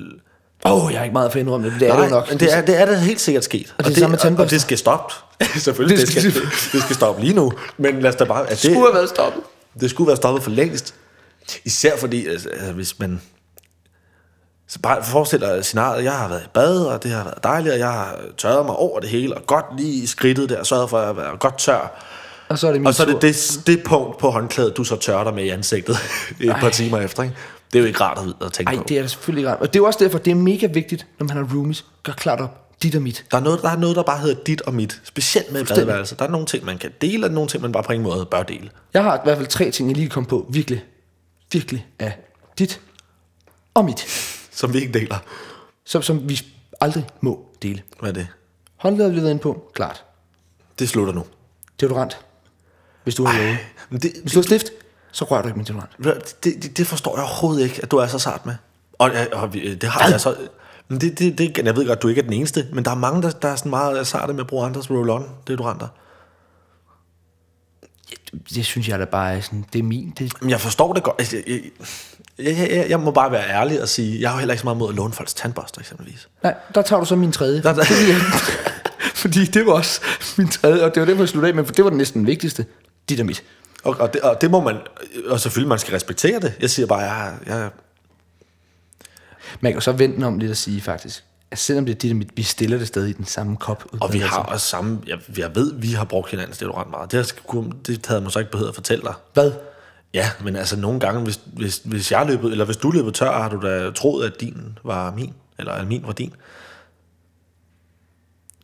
Speaker 1: Åh, oh, jeg har ikke meget at finde om det. Det er
Speaker 2: Nej,
Speaker 1: det jo nok.
Speaker 2: Men det er, det er det helt sikkert sket. Og
Speaker 1: det er samme med
Speaker 2: og, og
Speaker 1: tandbørster.
Speaker 2: det skal stoppe. Selvfølgelig, det
Speaker 1: Det
Speaker 2: skal,
Speaker 1: skal
Speaker 2: det, det skal stoppe lige nu. Men lad os da bare... at
Speaker 3: Det
Speaker 2: det,
Speaker 3: skulle have været stoppet.
Speaker 2: det skulle være stoppet for længst. Især fordi, altså, altså, hvis man... Så bare forestil dig scenariet, jeg har været i bad, og det har været dejligt, og jeg har tørret mig over det hele, og godt lige i skridtet der, sørget for at være godt tør.
Speaker 1: Og så er det min
Speaker 2: Og så er
Speaker 1: tur.
Speaker 2: det det, det punkt på håndklædet, du så tørrer dig med i ansigtet et par timer efter. Ikke? Det er jo ikke rart at, at tænke
Speaker 1: Ej,
Speaker 2: på.
Speaker 1: det er det selvfølgelig ikke rart. Og det er jo også derfor, det er mega vigtigt, når man har roomies, gør klart op, dit og mit.
Speaker 2: Der er, noget, der er noget, der bare hedder dit og mit. Specielt med et badeværelse. Der er nogle ting, man kan dele, og nogle ting, man bare på ingen måde bør dele.
Speaker 1: Jeg har i hvert fald tre ting, jeg lige kom på, virkelig, virkelig af dit og mit,
Speaker 2: Som vi ikke deler.
Speaker 1: som, som vi aldrig må dele.
Speaker 2: Hvad er det?
Speaker 1: Håndlaget, vi har været inde på, klart.
Speaker 2: Det slutter nu.
Speaker 1: Deodorant, hvis du har noget.
Speaker 2: Men det,
Speaker 1: Hvis du har stift, så rører du ikke med deodorant.
Speaker 2: det, det, det forstår jeg overhovedet ikke, at du er så sart med. Og, og, og vi- det har jeg så... Men det, det, det, jeg ved godt, du ikke er den eneste, men der er mange, der, der er sådan meget sarte med at bruge andres roll-on deodoranter.
Speaker 1: Det synes jeg da bare er sådan, det er min, det,
Speaker 2: Men jeg forstår det godt. Altså, Jeg, jeg, jeg, jeg, jeg, jeg må bare være ærlig og sige, jeg har jo heller ikke så meget mod at låne folks tandbørster eksempelvis.
Speaker 1: Nej, der tager du så min tredje.
Speaker 2: Der- der-
Speaker 1: Fordi, fordi det var også min tredje, og det var det, jeg slutte af med, for det var den næsten vigtigste. Dit og mit.
Speaker 2: Og, og, det, og det må man... Og selvfølgelig, man skal respektere det. Jeg siger bare, jeg, jeg,
Speaker 1: Man kan jo så vente den om lidt og sige faktisk, at selvom det er dit og mit, vi stiller det stadig i den samme kop. uden
Speaker 2: Og vi
Speaker 1: at-
Speaker 2: har også samme, jeg, jeg ved, vi har brugt hinandens deodorant meget. Det, har sgu- kunne- det havde man så ikke behøvet at fortælle dig.
Speaker 1: Hvad?
Speaker 2: Ja, men altså nogle gange, hvis, hvis, hvis jeg løbet, eller hvis du løbet tør, har du da troet, at din var min, eller at min var din.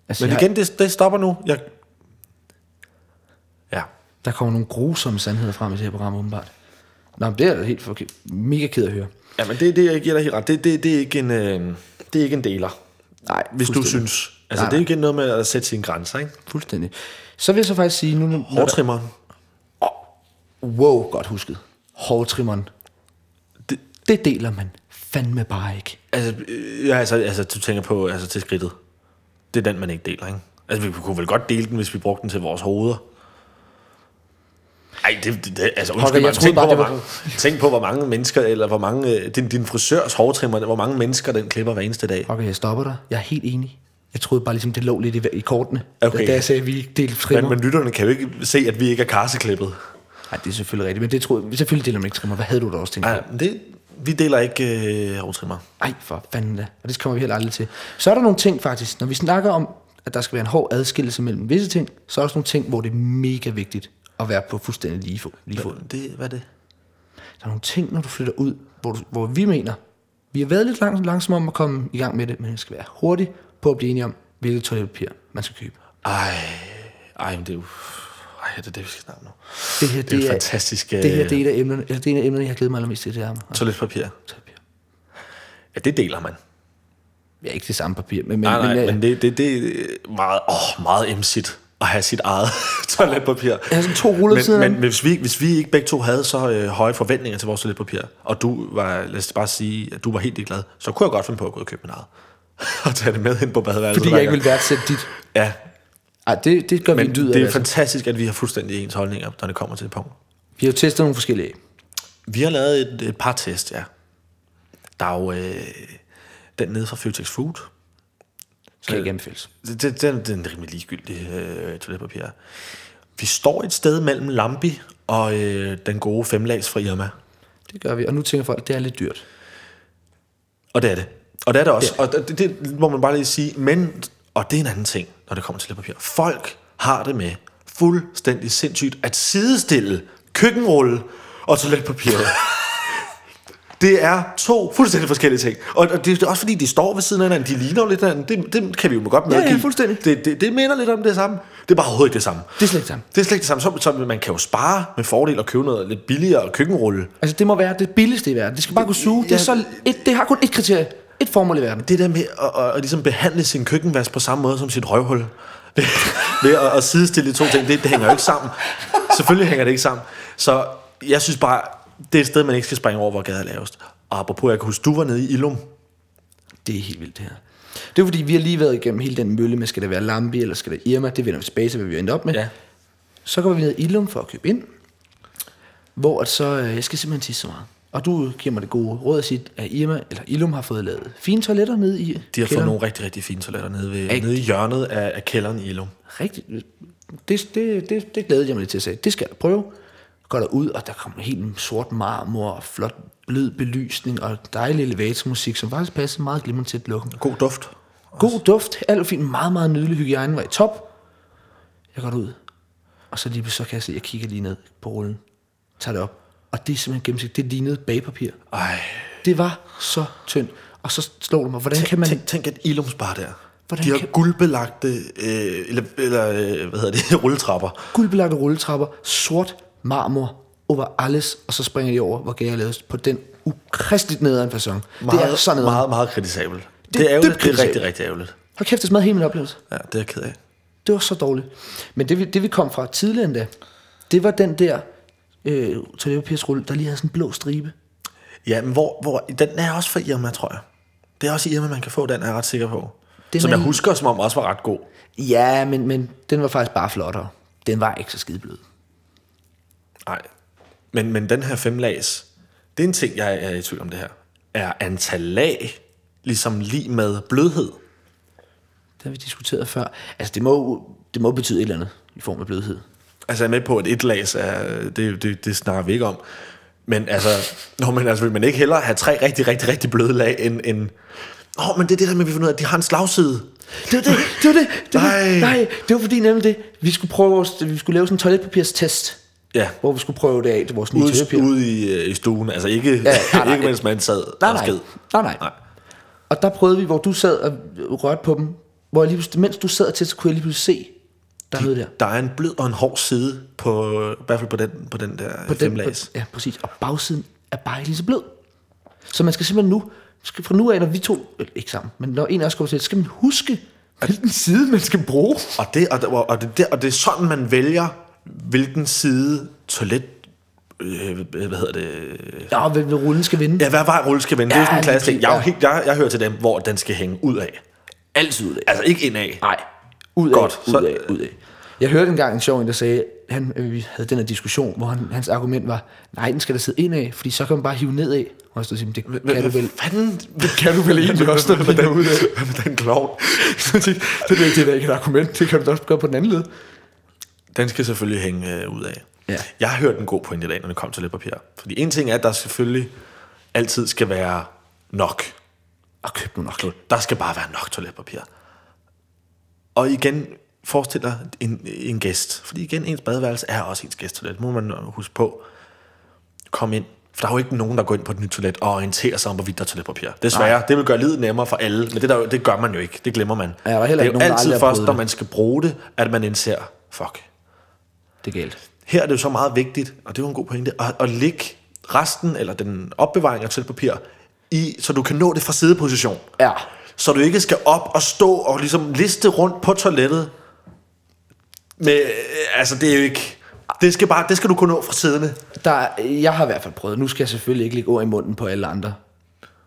Speaker 1: Altså,
Speaker 2: Men
Speaker 1: jeg,
Speaker 2: igen, det, det stopper nu. Jeg... Ja.
Speaker 1: Der kommer nogle grusomme sandheder frem i det her program, åbenbart. Nå, men det er da helt forkert. Mega ked at høre.
Speaker 2: ja, men det, det jeg giver dig helt ret. Det, det, det, er ikke en, øh, det er ikke en deler,
Speaker 1: Nej,
Speaker 2: hvis du
Speaker 1: fuldstændig.
Speaker 2: synes. Altså,
Speaker 1: Nej,
Speaker 2: det er
Speaker 1: nej.
Speaker 2: ikke noget med at sætte sine grænser, ikke?
Speaker 1: Fuldstændig. Så vil jeg så faktisk sige, nu... når der-
Speaker 2: Hårdtrimmeren.
Speaker 1: Wow, godt husket. Hårdtrimmeren.
Speaker 2: Det-
Speaker 1: Det, det deler man fandme bare ikke.
Speaker 2: Altså, øh, ja, altså, altså, du tænker på altså, til skridtet. Det er den, man ikke deler, ikke? Altså, vi kunne vel godt dele den, hvis vi brugte den til vores hoveder. Ej, det, det, det altså, undskyld
Speaker 1: Holger, jeg
Speaker 2: mig,
Speaker 1: troede
Speaker 2: tænk,
Speaker 1: bare,
Speaker 2: på, hvor
Speaker 1: det var-
Speaker 2: mange, tænk på, hvor mange mennesker, eller hvor mange, øh, din, din frisørs hårtrimmer, hvor mange mennesker den klipper hver eneste dag.
Speaker 1: Okay, jeg stopper dig. Jeg er helt enig. Jeg troede bare ligesom, det lå lidt i, i kortene,
Speaker 2: Okay.
Speaker 1: da, da jeg sagde, at vi ikke delte
Speaker 2: Men,
Speaker 1: trimmer.
Speaker 2: men lytterne kan jo ikke se, at vi ikke er karseklippet.
Speaker 1: Nej, det er selvfølgelig rigtigt, men det troede, selvfølgelig deler man ikke trimmer. Hvad havde du da også tænkt
Speaker 2: Nej,
Speaker 1: på?
Speaker 2: men det, vi deler ikke øh, hårtrimmer.
Speaker 1: Ej, for fanden da. Og det kommer vi heller aldrig til. Så er der nogle ting faktisk, når vi snakker om, at der skal være en hård adskillelse mellem visse ting, så er der også nogle ting, hvor det er mega vigtigt at være på fuldstændig lige fod. Lige fod.
Speaker 2: Det, hvad er det?
Speaker 1: Der er nogle ting, når du flytter ud, hvor, du, hvor vi mener, vi har været lidt lang, langsomme om at komme i gang med det, men jeg skal være hurtig på at blive enige om, hvilket toiletpapir man skal købe.
Speaker 2: Ej, ej, men det er jo... Ej, det er det, vi skal snakke om nu.
Speaker 1: Det her,
Speaker 2: Det er jo fantastisk, øh,
Speaker 1: Det her det er et af emnerne, eller det er et af emnerne, jeg har glædet mig allermest til, det er med
Speaker 2: Toiletpapir.
Speaker 1: toiletpapir.
Speaker 2: Ja, det deler man.
Speaker 1: Ja, ikke det samme papir, men, men,
Speaker 2: Nej, nej,
Speaker 1: men,
Speaker 2: men,
Speaker 1: øh,
Speaker 2: det, det, det er meget, åh, meget emsigt at have sit eget toiletpapir.
Speaker 1: Jeg har sådan to ruller ved
Speaker 2: men,
Speaker 1: siden af
Speaker 2: men hvis, vi, hvis vi ikke begge to havde så øh, høje forventninger til vores toiletpapir, og du var, lad os bare sige, at du var helt glad, så kunne jeg godt finde på at gå ud og købe min eget. og tage det med ind på badeværelset.
Speaker 1: fordi
Speaker 2: hver
Speaker 1: jeg ikke
Speaker 2: gang.
Speaker 1: vil værdsætte dit.
Speaker 2: Ja,
Speaker 1: Ej, det, det gør vi en
Speaker 2: men
Speaker 1: dyd af.
Speaker 2: det er
Speaker 1: altså.
Speaker 2: fantastisk, at vi har fuldstændig ens holdninger, når det kommer til det punkt.
Speaker 1: Vi har jo testet nogle forskellige af.
Speaker 2: Vi har lavet et, et par test, ja. Der er jo øh, den nede fra Føtex Food,
Speaker 1: Kan ikke anbefales.
Speaker 2: Det, det, det, er- det er en rimelig ligegyldig øh, toiletpapir. Vi står et sted mellem Lambi og øh, den gode femlags fra Irma.
Speaker 1: Det gør vi. Og nu tænker folk, det er lidt dyrt.
Speaker 2: Og det er det. Og det er det også. Og det, det må man bare lige sige. Men, og det er en anden ting, når det kommer til toiletpapir. Folk har det med fuldstændig sindssygt at sidestille køkkenrulle og toiletpapir. Det er to fuldstændig forskellige ting. Og og det er også fordi, de står ved siden af hinanden. De ligner jo lidt hinanden. Det, det kan vi jo godt
Speaker 1: Ja, ja,
Speaker 2: medgive.
Speaker 1: fuldstændig.
Speaker 2: Det, det, det minder lidt om det samme. Det er bare overhovedet ikke det samme.
Speaker 1: Det er slet ikke samme.
Speaker 2: Det er slet ikke det samme. Så, så man kan jo spare med fordel og købe noget lidt billigere køkkenrulle.
Speaker 1: Altså, det må være det billigste i verden. Det skal bare kunne suge. Det, er
Speaker 2: Ja.
Speaker 1: så et, det har kun et kriterie. Et formål i verden.
Speaker 2: Det der med at, at, at ligesom behandle sin køkkenvask på samme måde som sit røvhul. Ved at, at sidestille de to ting, det, det hænger jo ikke sammen. Selvfølgelig hænger det ikke sammen. Så jeg synes bare, det er et sted, man ikke skal springe over, hvor gaden er lavest. Og apropos, jeg kan huske, du var nede i Ilum.
Speaker 1: Det er helt vildt, det her. Det er fordi, vi har lige været igennem hele den mølle med, skal det være Lambi eller skal det Irma? Det vender vi tilbage til, hvad vi endte op med. Så går vi ned i Ilum for at købe ind. Hvor at så, øh, jeg skal simpelthen tisse så meget. Og du giver mig det gode råd at sige, at Irma, eller Ilum har fået lavet fine toiletter nede i
Speaker 2: De har fået nogle rigtig, rigtig fine toiletter nede, ved,
Speaker 1: Æg.
Speaker 2: nede i hjørnet af, af kælderen i Ilum.
Speaker 1: Rigtigt. Det, det, det, det glædede jeg mig lidt til at sige. Det skal jeg prøve. Går der ud, og der kommer helt sort marmor og flot blød belysning og dejlig elevatormusik, som faktisk passer meget glimrende til et lukken.
Speaker 2: God duft.
Speaker 1: God duft, alt fint, meget, meget nydelig hygiejne var i top. Jeg går ud, og så lige så kan jeg se, jeg kigger lige ned på rullen, tager det op, og det er simpelthen gennemsigtigt, det lignede bagpapir.
Speaker 2: Ej,
Speaker 1: Det var så tyndt, og så slog det mig, hvordan kan man...
Speaker 2: tænk, tænk et Ilumsbar der.
Speaker 1: Hvordan
Speaker 2: de har
Speaker 1: kan-
Speaker 2: kan... guldbelagte, øh, eller, eller øh, hvad hedder det, rulletrapper.
Speaker 1: guldbelagte rulletrapper, sort marmor over alles, og så springer de over, hvor gære laves på den ukristeligt nederen façon. Det er altså sådan noget.
Speaker 2: meget, meget kritisabelt. Det,
Speaker 1: er
Speaker 2: det er ærgerligt,
Speaker 1: dybt
Speaker 2: det er rigtig,
Speaker 1: kritisabelt.
Speaker 2: rigtig ærgerligt.
Speaker 1: Hold kæft, det smadrede hele min oplevelse.
Speaker 2: Ja, det er jeg ked af.
Speaker 1: Det var så dårligt. Men det, vi- det vi kom fra tidligere endda, det var den der øh, toiletpapirsrulle, der lige havde sådan en blå stribe.
Speaker 2: Ja, men hvor, hvor, den er også for Irma, tror jeg. Det er også Irma, man kan få, den er jeg ret sikker på.
Speaker 1: Den
Speaker 2: Den Som
Speaker 1: er
Speaker 2: jeg
Speaker 1: i-
Speaker 2: husker, som om også var ret god.
Speaker 1: Ja, men, men den var faktisk bare flottere. Den var ikke så skideblød.
Speaker 2: Nej. Men, men den her femlags, det er en ting, jeg er i tvivl om det her, er antal lag ligesom lige med blødhed.
Speaker 1: Det har vi diskuteret før. Altså, det må, det må betyde et eller andet i form af blødhed.
Speaker 2: Altså jeg er med på, at et lag, er, det, det, det snakker vi ikke om. Men altså, nå, men altså, vil man ikke hellere have tre rigtig, rigtig, rigtig bløde lag end... end Åh, oh, men det er det der med, at vi finder ud af, at de har en slagside.
Speaker 1: Det var det, det var det. det var, nej.
Speaker 2: Nej.
Speaker 1: nej, det var fordi nemlig det. Vi skulle prøve vores, vi skulle lave sådan en toiletpapirstest,
Speaker 2: Ja,
Speaker 1: hvor vi skulle prøve det af til vores nye
Speaker 2: ude,
Speaker 1: toiletpapir.
Speaker 2: ude i, øh, i stuen. Altså ikke, ja,
Speaker 1: nej, nej.
Speaker 2: ikke mens man sad
Speaker 1: nej,
Speaker 2: og
Speaker 1: nej.
Speaker 2: sked.
Speaker 1: nej, nej.
Speaker 2: Nej.
Speaker 1: Og der prøvede vi, hvor du sad og rørte på dem, hvor jeg lige pludselig, mens du sad til, så kunne jeg lige pludselig se, der er noget der.
Speaker 2: Der er en blød og en hård side, på, i hvert fald på den, på den der
Speaker 1: På den-
Speaker 2: femlags.
Speaker 1: på- Ja, præcis. Og bagsiden er bare ikke lige så blød. Så man skal simpelthen nu, skal fra nu af, når vi to, øh, ikke sammen, men når en af os kommer til, så skal man huske, hvilken side man skal bruge.
Speaker 2: Og det, og, det- og, og, det, der- og det er sådan, man vælger, hvilken side toilet... Øh, hvad hedder det?
Speaker 1: Ja, hvem ved rullen skal vinde.
Speaker 2: Ja, hvad vej rulle skal vende? Ja, det er jo sådan
Speaker 1: Ja, lige
Speaker 2: en klasse ting.
Speaker 1: præcis,
Speaker 2: Jeg, er jo
Speaker 1: ja.
Speaker 2: helt, jeg, jeg hører til dem, hvor den skal hænge ud af.
Speaker 1: Altid ud af.
Speaker 2: Altså ikke indad.
Speaker 1: Nej. Ud af,
Speaker 2: Godt,
Speaker 1: ud
Speaker 2: så-
Speaker 1: af, ud af. Jeg hørte engang en sjov en, der sagde, han, øh, vi havde den her diskussion, hvor han, hans argument var, nej, den skal der sidde indad, fordi så kan man bare hive nedad. Og jeg stod og sagde, "Men det kan du vel.
Speaker 2: Fanden,
Speaker 1: kan du vel egentlig også, når den er ude af?
Speaker 2: Hvad med den klovn?
Speaker 1: det er da ikke, det er da ikke et argument, det kan du da også gøre på den anden led.
Speaker 2: Den skal selvfølgelig hænge øh, ud af.
Speaker 1: Ja.
Speaker 2: Jeg har hørt en god pointe i dag, når det kom til toiletpapir. Fordi en ting er, at der selvfølgelig altid skal være nok.
Speaker 1: Og køb nu nok.
Speaker 2: Der skal bare være nok toiletpapir. Og igen, forestil dig en, en gæst. Fordi igen, ens badeværelse er også ens gæsttoilet. Må man huske på. Kom ind. For der er jo ikke nogen, der går ind på et nyt toilet og orienterer sig om, hvorvidt der er toiletpapir. Desværre, Nej. det vil gøre livet nemmere for alle, men det, der, det gør man jo ikke. Det glemmer man.
Speaker 1: der er heller
Speaker 2: det
Speaker 1: ikke
Speaker 2: er
Speaker 1: nogen,
Speaker 2: jo
Speaker 1: der aldrig
Speaker 2: altid
Speaker 1: har
Speaker 2: først,
Speaker 1: prøvet
Speaker 2: når
Speaker 1: det.
Speaker 2: man skal bruge det, at man indser, fuck,
Speaker 1: Det er galt.
Speaker 2: her er det jo så meget vigtigt, og det er jo en god pointe, at, at lægge resten eller den opbevaring af toiletpapir i, så du kan nå det fra sideposition.
Speaker 1: Ja.
Speaker 2: Så du ikke skal op og stå og ligesom liste rundt på toilettet. Men øh, altså, det er jo ikke... Det skal, bare, det skal du kunne nå fra siderne.
Speaker 1: Der, er- jeg har i hvert fald prøvet, nu skal jeg selvfølgelig ikke lægge ord i munden på alle andre,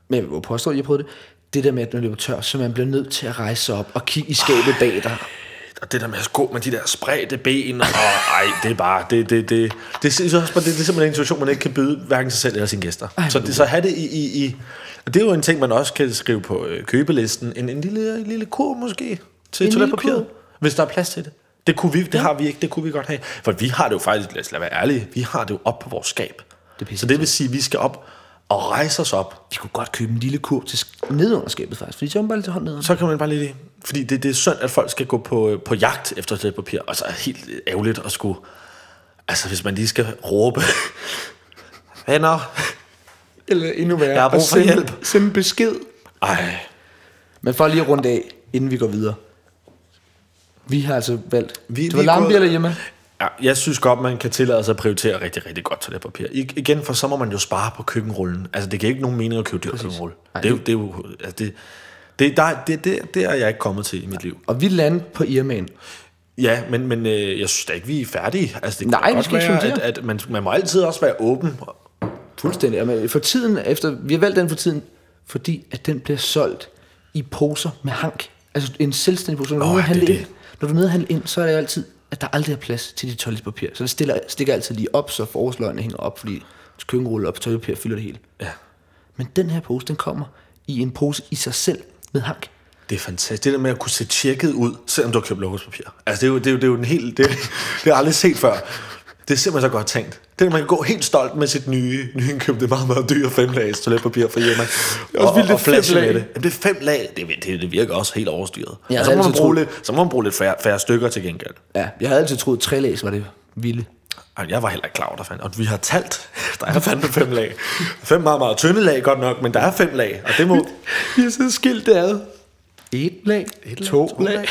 Speaker 1: men jeg vil jo påstå, at jeg prøvede det, det der med, at man løber tør, så man bliver nødt til at rejse sig op og kigge i skabet bag dig.
Speaker 2: Og det der med at gå med de der spredte ben, og ej, det er bare, det, det, det, det, synes jeg også bare, det, det er simpelthen en situation, man ikke kan byde hverken sig selv eller sine gæster.
Speaker 1: Ej,
Speaker 2: Ej, så,
Speaker 1: hvor
Speaker 2: det, så have det i, i, i, og det er jo en ting, man også kan skrive på øh, købelisten, en, en lille, en lille kur måske, til
Speaker 1: En lille
Speaker 2: toiletpapiret,
Speaker 1: kurv.
Speaker 2: hvis der er plads til det. Det, kunne vi, det har vi ikke, det kunne vi godt have. For vi har det jo faktisk, lad os lad være ærlige, vi har det jo op på vores skab.
Speaker 1: er pisse
Speaker 2: så det vil sige, at vi skal op og rejse os op,
Speaker 1: Vi kunne godt købe en lille kurv til sk- ned under skabet faktisk, fordi så er man bare lidt til hånd ned.
Speaker 2: så kan man bare lige... Fordi det, det er synd, at folk skal gå på, på jagt efter toiletpapir, og så er det Altså, helt ærgerligt at skulle... Altså, hvis man lige skal råbe... Venner!
Speaker 1: Eller endnu værre.
Speaker 2: Jeg har brug
Speaker 1: at
Speaker 2: for
Speaker 1: sende,
Speaker 2: hjælp.
Speaker 1: Sende besked.
Speaker 2: Ej,
Speaker 1: Men for lige at runde af, inden vi går videre. Vi har altså valgt.
Speaker 2: Vi-
Speaker 1: det
Speaker 2: vi
Speaker 1: var
Speaker 2: er
Speaker 1: Lambi
Speaker 2: gået-
Speaker 1: eller hjemme.
Speaker 2: ja, jeg synes godt, man kan tillade sig at prioritere rigtig, rigtig godt toiletpapir. I, igen, for så må man jo spare på køkkenrullen. Altså, det giver ikke nogen mening at købe dyr køkkenrulle.
Speaker 1: Ej,
Speaker 2: Det er jo... Det er jo altså, det, det, der, det, det, det er jeg ikke kommet til i mit liv.
Speaker 1: Og vi landede på Irmaen.
Speaker 2: Ja, men, men øh, jeg synes da ikke, vi er færdige. Altså, det kan
Speaker 1: Nej,
Speaker 2: da
Speaker 1: vi
Speaker 2: godt
Speaker 1: skal ikke
Speaker 2: være,
Speaker 1: sondere.
Speaker 2: at, at man, man må altid også være åben.
Speaker 1: Fuldstændig. Men for tiden efter, vi har valgt den for tiden, fordi at den bliver solgt i poser med hank. Altså en selvstændig pose. Når,
Speaker 2: Nå,
Speaker 1: du
Speaker 2: ja,
Speaker 1: er nede at
Speaker 2: det er
Speaker 1: handle Ind, når du er nede at handle ind, så er det altid, at der aldrig er plads til dit toiletpapir. Så det stiller, stikker altid lige op, så forårsløgene hænger op, fordi køkkenrulle op, toiletpapir, fylder det hele.
Speaker 2: Ja.
Speaker 1: Men den her pose, den kommer i en pose i sig selv med hank.
Speaker 2: Det er fantastisk. Det der med at kunne se tjekket ud, selvom du har købt logospapir. Altså, det er jo, det er jo, det er jo en helt... Det, det har jeg aldrig set før. Det er simpelthen så godt tænkt. Det er, man kan gå helt stolt med sit nye, nyindkøbte, meget, meget dyre femlags toiletpapir fra Irma.
Speaker 1: er også vildt, det er fem
Speaker 2: flashe
Speaker 1: lag.
Speaker 2: det. Jamen, det er fem lag. Det, det, det virker også helt overstyret.
Speaker 1: Jeg
Speaker 2: Ja,
Speaker 1: havde
Speaker 2: så, må man
Speaker 1: altid
Speaker 2: bruge
Speaker 1: troet-
Speaker 2: lidt, så må man bruge lidt færre, færre stykker til gengæld.
Speaker 1: Ja, jeg havde altid troet, at tre læs var det vilde.
Speaker 2: Ej, jeg var heller ikke klar over, der fandt. Og vi har talt. Der er fandme fem lag. Fem meget, meget tynde lag, godt nok, men der er fem lag. Og det må...
Speaker 1: Vi har siddet skilt derude. Et lag, et
Speaker 2: lag,
Speaker 1: to,
Speaker 2: to
Speaker 1: lag.
Speaker 2: lag.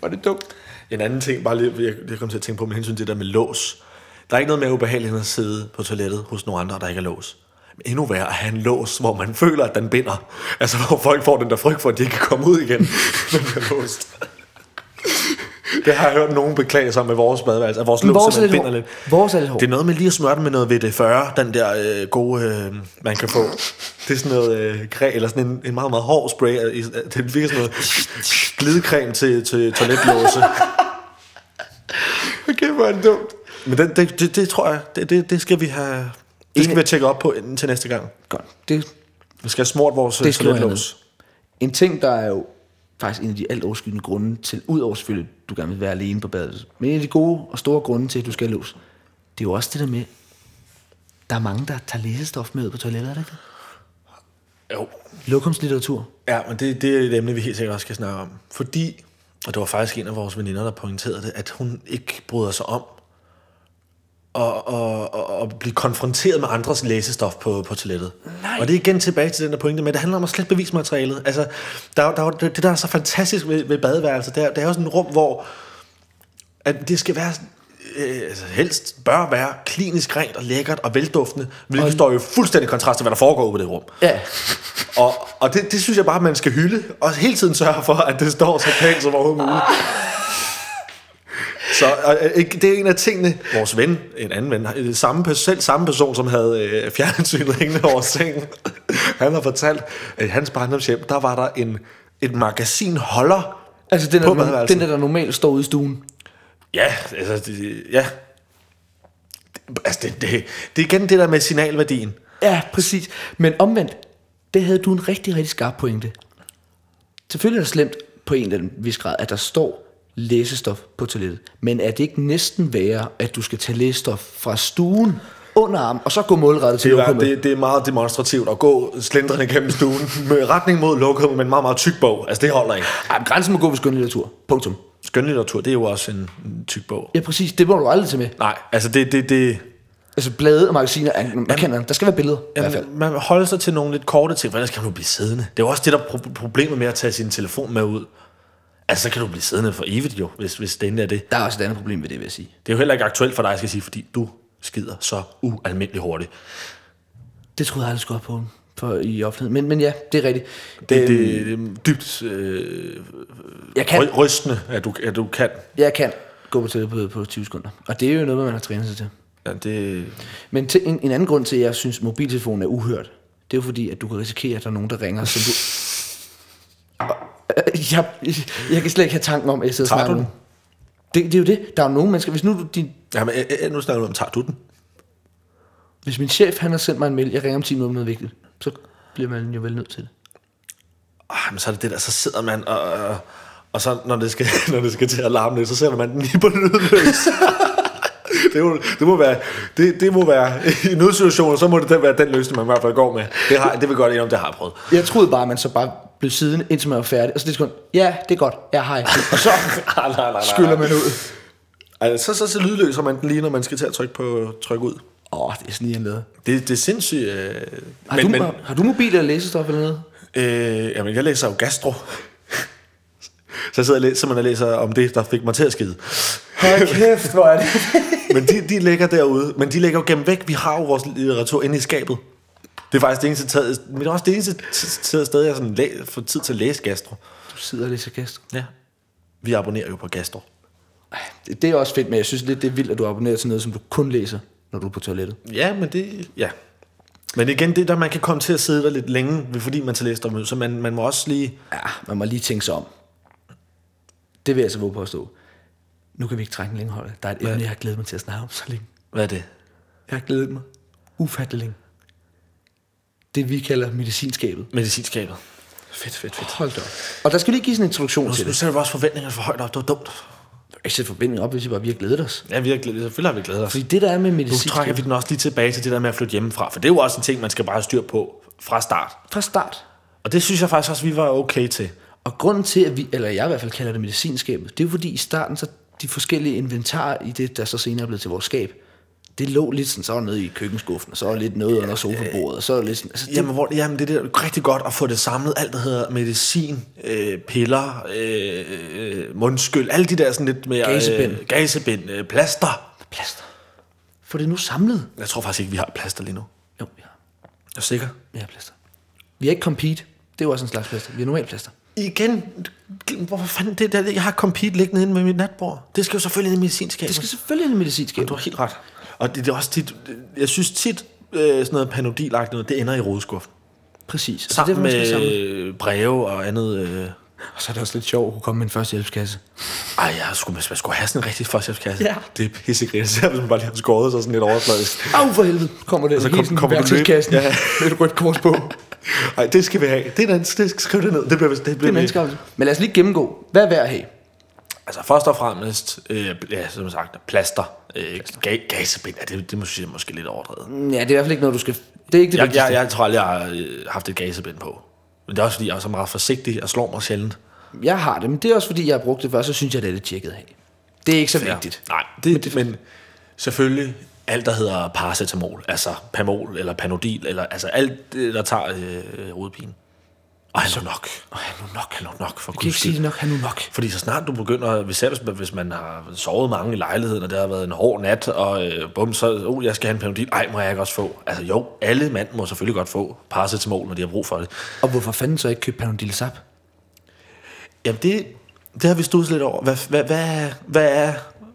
Speaker 1: For det dumt.
Speaker 2: En anden ting, bare lige, jeg, jeg kom til at tænke på med hensyn til det der med lås. Der er ikke noget mere ubehageligt end at sidde på toilettet hos nogle andre, der ikke er lås. Men endnu værre at have en lås, hvor man føler, at den binder. Altså, hvor folk får den der frygt for, at de ikke kan komme ud igen, når de er låst. Det har jeg hørt nogen beklage sig med vores badeværelse, at vores lås
Speaker 1: vores er
Speaker 2: simpelthen
Speaker 1: lidt
Speaker 2: binder lidt.
Speaker 1: hård. Vores er lidt hård.
Speaker 2: Det er noget med lige at smøre den med noget VD40, den der øh, gode, øh, man kan få. Det er sådan noget øh, græ, eller sådan en, en meget, meget hård spray. øh, i- øh, Det virker sådan noget glidecreme til, til toiletlåse.
Speaker 1: Okay, hvor er det dumt.
Speaker 2: Men den, det, det, det tror jeg, det, det, det skal vi have... Det skal vi have tjekket op på inden til næste gang.
Speaker 1: Godt. Det,
Speaker 2: Vi skal have smurt vores
Speaker 1: det
Speaker 2: det
Speaker 1: skriver jeg ned.
Speaker 2: toiletlås.
Speaker 1: En ting, der er jo faktisk en af de alt overskyggende grunde til, udover selvfølgelig, at du gerne vil være alene på badet, men en af de gode og store grunde til, at du skal have lås, det er jo også det der med, der er mange, der tager læsestof med ud på toilettet, er det ikke det?
Speaker 2: Jo.
Speaker 1: Lokumslitteratur.
Speaker 2: Ja, men det, det er et emne, vi helt sikkert også skal snakke om. Fordi, og det var faktisk en af vores veninder, der pointerede det, at hun ikke bryder sig om at, at, at, at blive konfronteret med andres læsestof på, på toilettet.
Speaker 1: Nej.
Speaker 2: Og det er igen tilbage til den der pointe med, at det handler om at slette bevismaterialet. Altså, der, er jo- der, er jo- det, det, der er så fantastisk ved, ved badeværelset, det er, det er jo sådan et rum, hvor at det skal være øh, altså helst bør være klinisk rent og lækkert og velduftende, hvilket og... står jo i fuldstændig kontrast til, hvad der foregår ude på det rum.
Speaker 1: Ja.
Speaker 2: Og, og det, det synes jeg bare, man skal hylde, og hele tiden sørge for, at det står så pænt som overhovedet muligt. Så og, øh, ikke- det er en af tingene. Vores ven, en anden ven, øh, samme, pers- selv samme person, som havde øh, fjernsynet hængende over sengen, han har fortalt, at i hans barndomshjem, der var der en, et magasinholder
Speaker 1: Altså den
Speaker 2: på
Speaker 1: der, den
Speaker 2: badeværelset.
Speaker 1: der, der normalt står ude i stuen.
Speaker 2: Ja, altså, det, ja. Det- Altså, det, det, det er igen det der med signalværdien.
Speaker 1: Ja, præcis. Men omvendt, det havde du en rigtig, rigtig skarp pointe. Selvfølgelig er det slemt på en eller anden vis grad, at der står læsestof på toilettet. Men er det ikke næsten værre, at du skal tage læsestof fra stuen under arm, og så gå målrettet til
Speaker 2: Det er,
Speaker 1: lokummet?
Speaker 2: det, det er meget demonstrativt at gå slendrende gennem stuen med retning mod lokum, men meget, meget tyk bog. Altså, det holder ikke.
Speaker 1: Ej, men grænsen må gå ved skønlitteratur. Punktum.
Speaker 2: Skønlitteratur, det er jo også en, en tyk bog.
Speaker 1: Ja, præcis. Det må du aldrig tage med.
Speaker 2: Nej, altså, det... det, det
Speaker 1: Altså blade og magasiner, er, man kender dem. Der skal være billeder, i hvert fald.
Speaker 2: man, man holder sig til nogle lidt korte ting, for ellers kan du blive siddende. Det er jo også det, der er pro- problemet med at tage sin telefon med ud. Altså, så kan du blive siddende for evigt jo, hvis, hvis det endelig er det.
Speaker 1: Der er også et andet problem ved det, vil jeg sige.
Speaker 2: Det er jo heller ikke aktuelt for dig, skal jeg sige, fordi du skider så ualmindelig hurtigt.
Speaker 1: Det troede jeg aldrig skulle op på for, i offentligheden. Men, men ja, det er rigtigt.
Speaker 2: Det,
Speaker 1: Øhm,
Speaker 2: det, det er dybt øh,
Speaker 1: jeg kan
Speaker 2: ry- rystende, at du, at du kan.
Speaker 1: Jeg kan gå på toilettet på, på 20 sekunder. Og det er jo noget, man har trænet sig til.
Speaker 2: Ja, det,
Speaker 1: Men til, en, en anden grund til, at jeg synes, mobiltelefonen er uhørt, det er jo fordi, at du kan risikere, at der er nogen, der ringer, som du... Øh, Jeg, jeg kan slet ikke have tanken om, at jeg sidder og
Speaker 2: Tager
Speaker 1: snakker
Speaker 2: du
Speaker 1: nu. Det, det er jo det. Der er jo nogle mennesker... Hvis nu du- din,
Speaker 2: jamen, øh, øh, nu snakker du om, tager du den?
Speaker 1: hvis min chef han har sendt mig en mail, jeg ringer om 10 minutter med noget vigtigt, så bliver man jo vel nødt til det.
Speaker 2: Ah, men så er det det der, så sidder man og... og- Og så, når det skal, når det skal til at larme lidt, så sætter man den lige på lydløs. det, må, det, må være, det, det må være, i nødsituationer, så må det den være den løsning, man i hvert fald går med. Det, har, det vil godt indrømme, det har jeg prøvet.
Speaker 1: Jeg troede bare, at man så bare blev siddende, indtil man var færdig. Og så det sekund, ja, det er godt. Ja, hej. Og så
Speaker 2: Ah, nej, nej, nej.
Speaker 1: skyller man ud.
Speaker 2: Altså, så, så, så lydløser man den lige, når man skal til at trykke, på, trykke ud.
Speaker 1: Åh, oh, det er snigeren lavet.
Speaker 2: Det, det er sindssygt. Øh,
Speaker 1: Har, men, du, men, har du mobil eller læsestof eller noget?
Speaker 2: Øh, jamen, jeg læser jo gastro. Så sidder jeg læ- simpelthen og læser om det, der fik mig til at skide.
Speaker 1: Hold kæft, hvor er det.
Speaker 2: Men de, de ligger derude. Men de ligger jo gennem væk. Vi har jo vores litteratur inde i skabet. Det er faktisk det eneste, taget, men det er også det eneste t- t- sted, jeg sådan læ- får tid til at læse gastro.
Speaker 1: Du sidder og læser gastro.
Speaker 2: Ja. Vi abonnerer jo på gastro.
Speaker 1: Ej, Det, det er også fedt, men jeg synes lidt, det er vildt, at du abonnerer til noget, som du kun læser, når du er på toilettet.
Speaker 2: Ja, men det... Ja. Men igen, det der, man kan komme til at sidde der lidt længe, fordi man tager læst om så man, man må også lige...
Speaker 1: Ja, man må lige tænke sig om. Det vil jeg så våge påstå. Nu kan vi ikke trække den længe holde. Der er et emne, jeg har glædet mig til at snakke om så længe.
Speaker 2: Hvad er det?
Speaker 1: Jeg har glædet mig. ufattelig. Det vi kalder medicinskabet.
Speaker 2: Medicinskabet. Fedt, fedt, fedt.
Speaker 1: Hold da op. Og der skal vi lige give sådan en introduktion til
Speaker 2: Nu
Speaker 1: det.
Speaker 2: sætter vi også forventningerne for højt op. Det var dumt.
Speaker 1: Ikke sætte forventninger op, hvis vi bare vi har glædet os.
Speaker 2: Ja, virkelig. Selvfølgelig har vi glædet os.
Speaker 1: Fordi det der er med
Speaker 2: Nu
Speaker 1: medicin
Speaker 2: trækker vi den også lige tilbage til det der med at flytte hjemmefra, for det er jo også en ting, man skal bare have styr på fra start.
Speaker 1: fra start,
Speaker 2: Og det synes jeg faktisk også, vi var okay til.
Speaker 1: og grunden til, at vi, eller jeg i hvert fald kalder det medicinskabet, det er jo fordi i starten, så de forskellige inventarer i det, der så senere er blevet til vores skab, det lå lidt sådan, så var der noget i køkkenskuffen, og så var der lidt noget under sofabordet, og så var der lidt sådan, altså, det,
Speaker 2: Jamen, hvor, jamen det er det rigtig godt at få det samlet, alt der hedder medicin, øh, piller, øh, øh, mundskyld, alle de der sådan lidt mere...
Speaker 1: Gazebind.
Speaker 2: Øh, gazebind, øh, plaster.
Speaker 1: plaster. Få det nu samlet.
Speaker 2: Jeg tror faktisk ikke, vi har plaster lige nu.
Speaker 1: Jo, vi har,
Speaker 2: Er du sikker?
Speaker 1: vi har plaster. Vi har ikke compete. Det er jo også en slags plaster. Vi har normal plaster.
Speaker 2: Igen, hvorfor fanden det der, jeg har compete liggende inde med mit natbord. Det skal jo selvfølgelig ind i medicinskabet.
Speaker 1: Det skal selvfølgelig en medicinskab.
Speaker 2: Du har helt ret. Og det, det er også tit, jeg synes tit, øh, sådan noget panodilagt noget, det ender i rodeskuffen.
Speaker 1: Præcis. Så
Speaker 2: Sammen
Speaker 1: man skal
Speaker 2: med
Speaker 1: samle.
Speaker 2: øh, breve og andet. Øh.
Speaker 1: Og så er det også lidt sjovt at kunne komme med en førstehjælpskasse.
Speaker 2: Ej, jeg skulle, man skulle have sådan en rigtig førstehjælpskasse.
Speaker 1: Ja.
Speaker 2: Det er pissegrin, så hvis man bare lige har skåret sig sådan lidt overfladisk.
Speaker 1: Au for helvede, kommer det. Og
Speaker 2: så kom- kommer du løb-
Speaker 1: værktøjskassen
Speaker 2: Ja.
Speaker 1: med et rødt kors på.
Speaker 2: Ej, det skal vi have. Det er den, det skal skrive det ned. Det bliver, det
Speaker 1: Det
Speaker 2: bliver
Speaker 1: er mennesker. Men lad os lige gennemgå. Hvad er værd at have?
Speaker 2: Altså først og fremmest, øh, ja, som sagt, plaster. Øh, ga- gazebind, ja, det, det måske, måske lidt overdrevet.
Speaker 1: Ja, det er i hvert fald ikke noget, du skal... Det er ikke det
Speaker 2: Jeg,
Speaker 1: vigtigste.
Speaker 2: jeg, jeg tror aldrig, jeg har øh, haft et gazebind på. Men det er også fordi, jeg er så meget forsigtig og slår mig sjældent.
Speaker 1: Jeg har det, men det er også fordi, jeg har brugt det før, så synes jeg, det er lidt tjekket af. Det er ikke så vigtigt.
Speaker 2: Ja. Nej, det, men, det, men selvfølgelig alt, der hedder paracetamol, altså Pamol eller Panodil, eller altså alt, det, der tager øh, rodpine. Og han nu nok. Og han nu nok, han nu nok, for
Speaker 1: Jeg kan
Speaker 2: guds
Speaker 1: ikke sige
Speaker 2: skyld.
Speaker 1: det nok, han nu nok.
Speaker 2: Fordi så snart du begynder, hvis, selv, hvis man har sovet mange i lejligheden, og det har været en hård nat, og øh, bum, så, oh, jeg skal have en Panodil, ej, må jeg ikke også få? Altså jo, alle mand må selvfølgelig godt få paracetamol, når de har brug for det.
Speaker 1: Og hvorfor fanden så ikke købe Panodil Sap?
Speaker 2: Jamen det, det har vi studset lidt over. Hvad, hvad, hvad, hvad er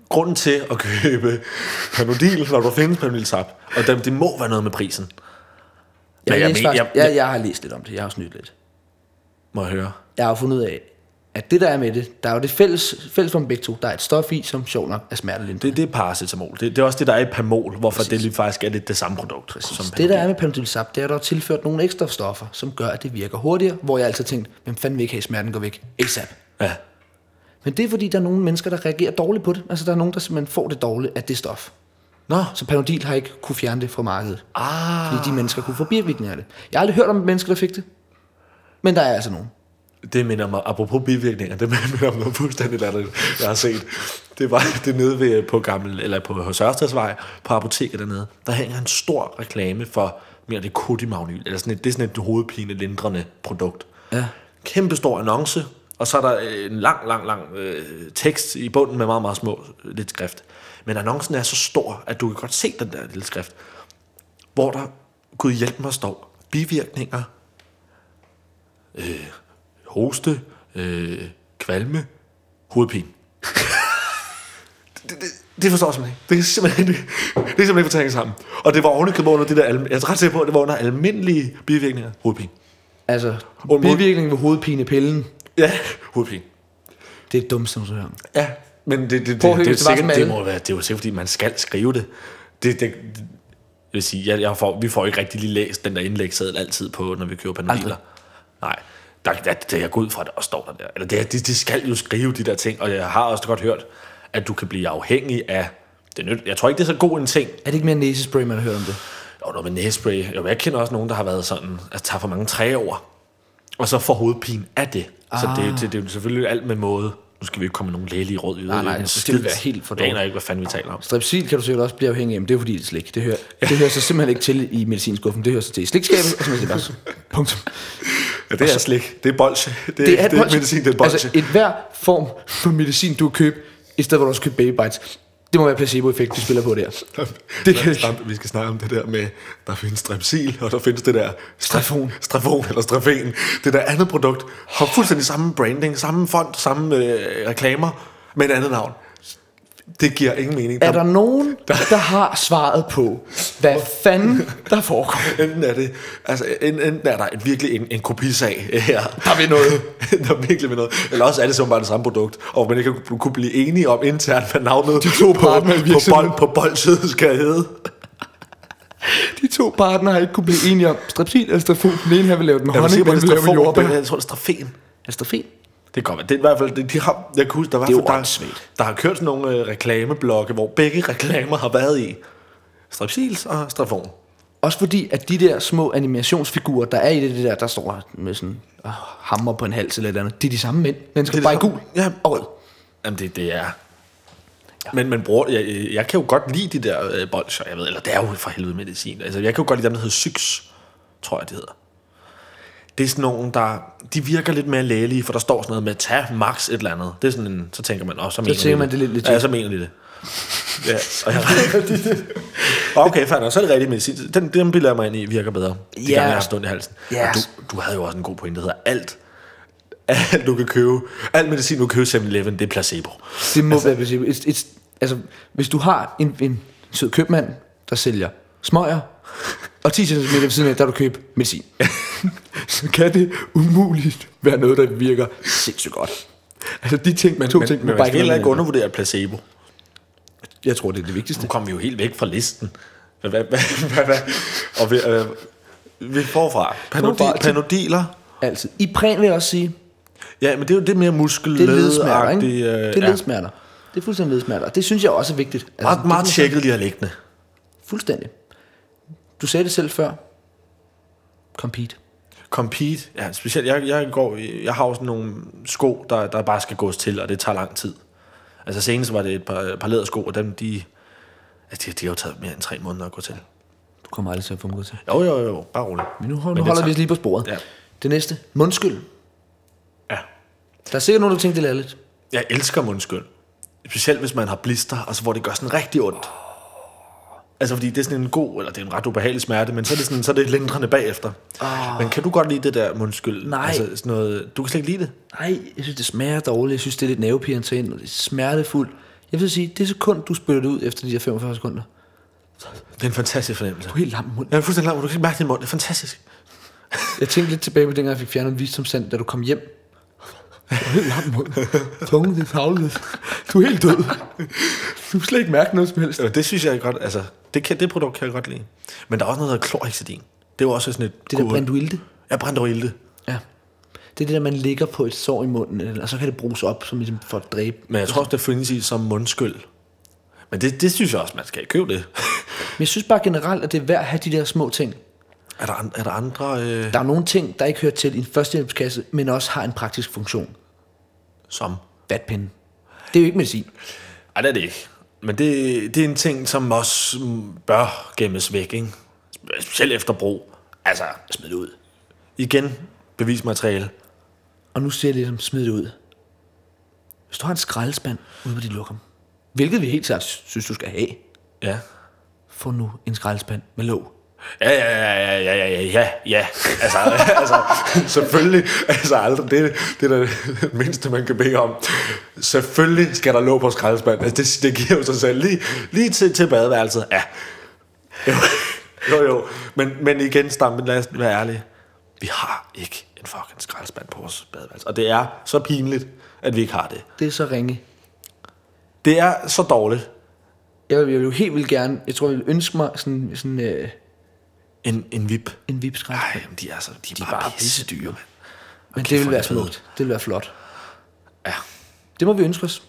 Speaker 2: grunden til at købe Panodil, når du findes Panodil Sap? Og dem, det må være noget med prisen.
Speaker 1: Jeg,
Speaker 2: Men jeg
Speaker 1: jeg,
Speaker 2: men-
Speaker 1: faktisk,
Speaker 2: jeg-
Speaker 1: jeg, jeg, har læst lidt om det, jeg har snydt lidt.
Speaker 2: Må jeg høre.
Speaker 1: Jeg har jo fundet ud af, at det der er med det, der er jo det fælles, fælles for dem begge to, der er et stof i, som sjov nok er smertelindrende.
Speaker 2: Det, det er paracetamol. Det, det er også det, der er i Pamol, hvorfor Præcis. det lige faktisk er lidt det samme produkt. Præcis. Som
Speaker 1: Det, det der er med Panodil Sap, det er, at der er tilført nogle ekstra stoffer, som gør, at det virker hurtigere, hvor jeg altid tænkt, hvem fanden vil ikke have smerten går væk? ASAP.
Speaker 2: Ja.
Speaker 1: Men det er fordi, der er nogle mennesker, der reagerer dårligt på det. Altså, der er nogen, der simpelthen får det dårligt af det stof.
Speaker 2: Nå,
Speaker 1: Så Panodil har ikke kunne fjerne det fra markedet.
Speaker 2: ah,
Speaker 1: Fordi de mennesker kunne få bivirkninger af det. Jeg har aldrig hørt om mennesker, der fik det. Men der er altså nogen.
Speaker 2: det minder mig, apropos bivirkninger, det minder mig om noget fuldstændig latterligt, jeg har set. Det var det nede ved, på gammel, eller på hos Ørstedsvej, på apoteket dernede. Der hænger en stor reklame for, mere det kodimagnyl, eller sådan et, det er sådan et hovedpine lindrende produkt.
Speaker 1: Ja.
Speaker 2: Kæmpe stor annonce, og så er der øh, en lang, lang, lang øh, tekst i bunden med meget, meget små øh, lidt skrift. Men annoncen er så stor, at du kan godt se den der lille skrift, hvor der, gud hjælp mig, står bivirkninger, hoste, øh, kvalme, hovedpine. det, det, det forstår jeg simpelthen ikke. Det er simpelthen, det, det er simpelthen ikke fortænkt sammen. Og det var ovenikøbet under det der, alm- jeg er ret sikker på, at det var under almindelige bivirkninger, hovedpine.
Speaker 1: Altså,
Speaker 2: mod-
Speaker 1: bivirkningen ved hovedpinepillen,
Speaker 2: Ja, hovedpine.
Speaker 1: det er det dummeste, du hører om.
Speaker 2: Ja, men det, det, det,
Speaker 1: Prøv at høre,
Speaker 2: det, det, er
Speaker 1: hvis det var
Speaker 2: sikkert,
Speaker 1: sådan
Speaker 2: det,
Speaker 1: med
Speaker 2: må være, det er jo sikkert, fordi man skal skrive det. det, det, det jeg vil sige, jeg, jeg får, vi får ikke rigtig lige læst den der indlægsseddel altid på, når vi køber panodiler.
Speaker 1: Aldrig.
Speaker 2: Nej, der, der, der, jeg går ud fra, at der også står der der. Eller det, det, de skal jo skrive de der ting, og jeg har også godt hørt, at du kan blive afhængig af... Det nyt, jeg tror ikke, det er så god en ting.
Speaker 1: Er det ikke mere næsespray, man har hørt om det?
Speaker 2: Og noget med næsespray. Jo, Jeg kender også nogen, der har været sådan, at tager for mange træer over, og så får hovedpine af det. Ah. Så det, er jo- det, det er jo selvfølgelig alt med måde. Nu skal vi jo ikke komme med nogle lægelige råd i
Speaker 1: nej, det ville være helt for
Speaker 2: Jeg aner
Speaker 1: dårligt.
Speaker 2: ikke, hvad fanden vi taler om.
Speaker 1: Strepsil kan du sikkert også blive afhængig af, men det er fordi, det er slik. Det hører, det hører sig simpelthen ikke til i medicinskuffen. Det hører sig til i slikskabet, og så er det Punktum.
Speaker 2: Ja, det er slik. Det er bolsje. Det, det,
Speaker 1: et
Speaker 2: det er
Speaker 1: bolsje.
Speaker 2: medicin, det er bolsje.
Speaker 1: Altså,
Speaker 2: Altså,
Speaker 1: et hver form for medicin, du kan købe, i stedet hvor du også køber baby bites, det må være placeboeffekt, du spiller på der. Det kan ikke.
Speaker 2: vi skal snakke om det der med, der findes strepsil, og der findes det der
Speaker 1: Strafon.
Speaker 2: strafon eller strafen. Det der andet produkt har fuldstændig samme branding, samme font, samme øh, reklamer, men et andet navn. Det giver ingen mening.
Speaker 1: Er der nogen, der har svaret på, hvad fanden der foregår?
Speaker 2: Enten er det, altså en- enten er der et, virkelig en, en kopisag øh, her.
Speaker 1: Der vil noget.
Speaker 2: der er virkelig med noget. Eller også er det som bare det samme produkt, og man ikke kunne- kunne blive enige om internt, hvad navnet
Speaker 1: De to
Speaker 2: på,
Speaker 1: partnere i
Speaker 2: på,
Speaker 1: virksomheden.
Speaker 2: bold, på boldsiden skal hedde.
Speaker 1: De to partnere har ikke kunne blive enige om strepsil eller strafon. Den ene her vil lave den med
Speaker 2: Jeg vil sige,
Speaker 1: honning,
Speaker 2: hvor
Speaker 1: den
Speaker 2: det
Speaker 1: anden vil lave med
Speaker 2: er
Speaker 1: jordbær.
Speaker 2: strafen.
Speaker 1: Er
Speaker 2: Jeg tror, det er strafen.
Speaker 1: det strafin?
Speaker 2: Det kommer. Det er i hvert fald, det, de har, jeg kan huske, der var
Speaker 1: Det er
Speaker 2: for-
Speaker 1: jo
Speaker 2: der,
Speaker 1: åndssvagt.
Speaker 2: der har kørt sådan nogle øh, reklameblokke, hvor begge reklamer har været i. Strepsils og strafon.
Speaker 1: Også fordi, at de der små animationsfigurer, der er i det, det der, der står med sådan og hammer på en hals eller et eller andet, det er de samme mænd. Men
Speaker 2: Det
Speaker 1: skal
Speaker 2: er
Speaker 1: bare i
Speaker 2: det
Speaker 1: gul
Speaker 2: samme. Ja.
Speaker 1: og rød.
Speaker 2: Jamen, det, det er... Men, men bror, jeg, øh, jeg kan jo godt lide de der øh, bolcher, jeg ved, eller det er jo for helvede medicin. Altså, jeg kan jo godt lide dem, der hedder Syx, tror jeg, det hedder. Det er sådan nogle, der... De virker lidt mere lægelige, for der står sådan noget med, tag max et eller andet. Det er sådan en... Så tænker man, også så mener
Speaker 1: tænker
Speaker 2: de
Speaker 1: man, det er lidt legit.
Speaker 2: Ja, så mener de det. Ja, og jeg, okay, fair nok, så er det rigtig medicin. Den, den bilder jeg mig ind i, virker bedre. De
Speaker 1: Ja.
Speaker 2: gange, jeg har stået i halsen.
Speaker 1: Ja.
Speaker 2: Og du, du havde jo også en god pointe, der hedder alt. Alt, du kan købe. Alt medicin, du kan købe i 7-Eleven, det er placebo.
Speaker 1: Det må altså, være princippet. Et, et, altså, hvis du har en, en sød købmand, der sælger smøger, og 10 cm ved siden af, der vil du købe medicin. så kan det umuligt være noget, der virker sindssygt godt. Altså de ting, man, to
Speaker 2: Men,
Speaker 1: ting,
Speaker 2: men man
Speaker 1: bare
Speaker 2: skal heller ikke
Speaker 1: være med.
Speaker 2: undervurdere placebo.
Speaker 1: Jeg tror, det er det vigtigste.
Speaker 2: Nu kommer vi jo helt væk fra listen. Hvad, hvad, hvad, hvad, hvad? Og vi, øh, vi forfra.
Speaker 1: Forfra
Speaker 2: Panodil,
Speaker 1: til-
Speaker 2: panodiler.
Speaker 1: Altid. I præn vil jeg også sige,
Speaker 2: Ja, men det er jo det mere
Speaker 1: det er ledsmerter,
Speaker 2: muskelledeagtigt.
Speaker 1: ikke?
Speaker 2: Øh,
Speaker 1: Det er ledsmerter. Det er fuldstændig ledsmerter. Det synes jeg også er vigtigt. Altså,
Speaker 2: Ja. Meget,
Speaker 1: det-
Speaker 2: meget tjekket, de har liggende.
Speaker 1: Fuldstændig. Du sagde det selv før. Compete.
Speaker 2: Compete. Ja, specielt, jeg, jeg, går, i- jeg har jo sådan nogle sko, der, der bare skal gås til, og det tager lang tid. Altså senest var det et par, par lædersko, og dem, de, altså, de, de har jo taget mere end tre måneder at gå til.
Speaker 1: Du kommer aldrig til at få mig til.
Speaker 2: Jo, jo, jo, bare roligt.
Speaker 1: Men nu, hold-
Speaker 2: Men
Speaker 1: nu
Speaker 2: det
Speaker 1: holder
Speaker 2: tager-
Speaker 1: vi os lige på sporet.
Speaker 2: Ja.
Speaker 1: Det næste. Mundskyld.
Speaker 2: Ja.
Speaker 1: Der er sikkert nogen, der tænkte, det er lidt.
Speaker 2: Jeg elsker mundskyld. Specielt hvis man har blister, altså hvor det gør sådan rigtig ondt. Altså fordi det er sådan en god, eller det er en ret ubehagelig smerte, men så er det, sådan, så er det lindrende bagefter. Oh. Men kan du godt lide det der mundskyld?
Speaker 1: Ah. Nej.
Speaker 2: Altså sådan noget, du kan slet ikke lide det?
Speaker 1: Nej, jeg synes, det smager dårligt. Jeg synes, det er lidt nervepirrende til ind, og det er smertefuldt. Jeg vil sige, det sekund, du spytter det ud efter de der 45 sekunder.
Speaker 2: Det er en fantastisk fornemmelse.
Speaker 1: Du er helt lam i munden.
Speaker 2: Jeg er fuldstændig klar, du kan ikke mærke din mund. Det er fantastisk.
Speaker 1: Jeg tænkte lidt tilbage på dengang, jeg fik fjernet en visdomstand, da du kom hjem. Du er helt lam i munden. Tungen, det er tavlet. Du er helt død. Du kan slet ikke mærke noget som helst.
Speaker 2: Ja, Det synes jeg godt, altså, det, kan, det produkt kan jeg godt lide. Men der er også noget, der hedder klorhexidin. Det er jo også sådan et...
Speaker 1: Det der
Speaker 2: god-
Speaker 1: brændt
Speaker 2: Ja, brændt
Speaker 1: Ja. Det er det der, man ligger på et sår i munden, eller- og så kan det bruges op som ligesom for at dræbe.
Speaker 2: Men jeg tror også, det findes i som mundskyld. Men det, det synes jeg også, man skal købe det.
Speaker 1: Men jeg synes bare generelt, at det er værd at have de der små ting.
Speaker 2: er, der, an- er der andre... Øh...
Speaker 1: Der er nogle ting, der ikke hører til i en førstehjælpskasse, men også har en praktisk funktion.
Speaker 2: Som?
Speaker 1: Vatpinde. Det er jo ikke medicin.
Speaker 2: Ej, det er det ikke. Men det, det er en ting, som også mm, bør gemmes væk, ikke? Specielt efter brug. Altså, smid det ud. Igen, bevismateriale.
Speaker 1: Og nu siger jeg ligesom, smid det ud. Hvis du har en skraldespand ude på dit lokum, hvilket vi helt klart synes, du skal have,
Speaker 2: Ja.
Speaker 1: få nu en skraldespand med låg.
Speaker 2: Ja, ja, ja, ja, ja, ja, ja, ja. Altså, altså, selvfølgelig, altså aldrig, det, det er da det mindste, man kan bede om. Selvfølgelig skal der lå på skraldespand. Altså, det, det giver jo sig selv. Lige, lige til, til badeværelset, ja. Jo, jo, jo. Men, men igen, stammen, lad os være ærlige. Vi har ikke en fucking skraldespand på vores badeværelse. Og det er så pinligt, at vi ikke har det.
Speaker 1: Det er så ringe.
Speaker 2: Det er så dårligt.
Speaker 1: Jeg vil, jeg vil jo helt vildt gerne, jeg tror, jeg vil ønske mig sådan, sådan øh,
Speaker 2: En, en vip.
Speaker 1: en vipskraldespand.
Speaker 2: Nej, de er så, de er bare,
Speaker 1: bare
Speaker 2: pisse dyre, mand.
Speaker 1: Men det
Speaker 2: for
Speaker 1: vil være
Speaker 2: det fede.
Speaker 1: smukt. Det vil være flot.
Speaker 2: Ja.
Speaker 1: Det må vi ønske os.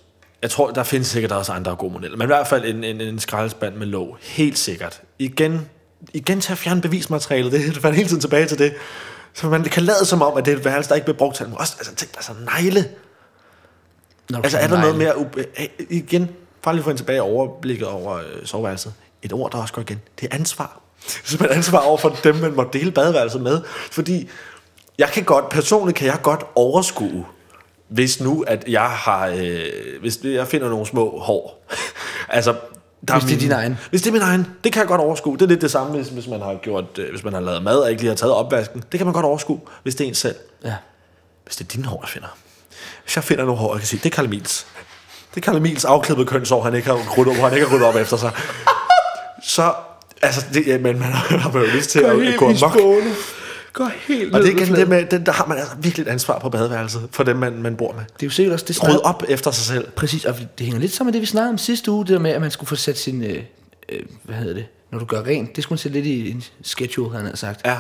Speaker 2: Jeg tror, der findes sikkert også andre gode modeller. Men i hvert fald en, en, en skraldespand med låg. Helt sikkert. Igen, igen til at fjerne bevismaterialet. Det er man hele tiden tilbage til det. Så man kan lade som om, at det er et værelse, der ikke bliver brugt til. Men også, altså, tænk dig så negle.
Speaker 1: Når du
Speaker 2: Altså,
Speaker 1: skal
Speaker 2: er der
Speaker 1: negle.
Speaker 2: noget mere... Ube- øh, igen, bare lige få en tilbage overblikket over øh, soveværelset. Et ord, der også går igen. Det er ansvar. Så man har ansvar over for dem, man måtte dele badeværelset med. Fordi jeg kan godt, personligt kan jeg godt overskue, hvis nu, at jeg har, øh, hvis jeg finder nogle små hår. altså, der
Speaker 1: Hvis det er din egen.
Speaker 2: hvis det er min egen, det kan jeg godt overskue. Det er lidt det samme, hvis, hvis man har gjort, øh, hvis man har lavet mad og ikke lige har taget opvasken. Det kan man godt overskue, hvis det er en selv.
Speaker 1: Ja.
Speaker 2: Hvis det er dine hår, jeg finder. Hvis jeg finder nogle hår, jeg kan sige, det er Karl Emils. Det er Karl Emils afklippede kønsår, han ikke har ryddet op, han ikke har ryddet op efter sig. Så, altså, det, ja, men man har man har jo lyst til at gå amok.
Speaker 1: Gå helt
Speaker 2: Og det er igen det
Speaker 1: med.
Speaker 2: med, den, der har man altså virkelig et ansvar på badeværelset, for dem, man, man bor med.
Speaker 1: Det er jo sikkert også det
Speaker 2: Ryd
Speaker 1: snak.
Speaker 2: op efter sig selv.
Speaker 1: Præcis, og det hænger lidt sammen med det, vi snakkede om sidste uge, det der med, at man skulle få sat sin, øh, øh, hvad hedder det, når du gør rent, det skulle man sætte lidt i en schedule, havde han havde sagt.
Speaker 2: Ja.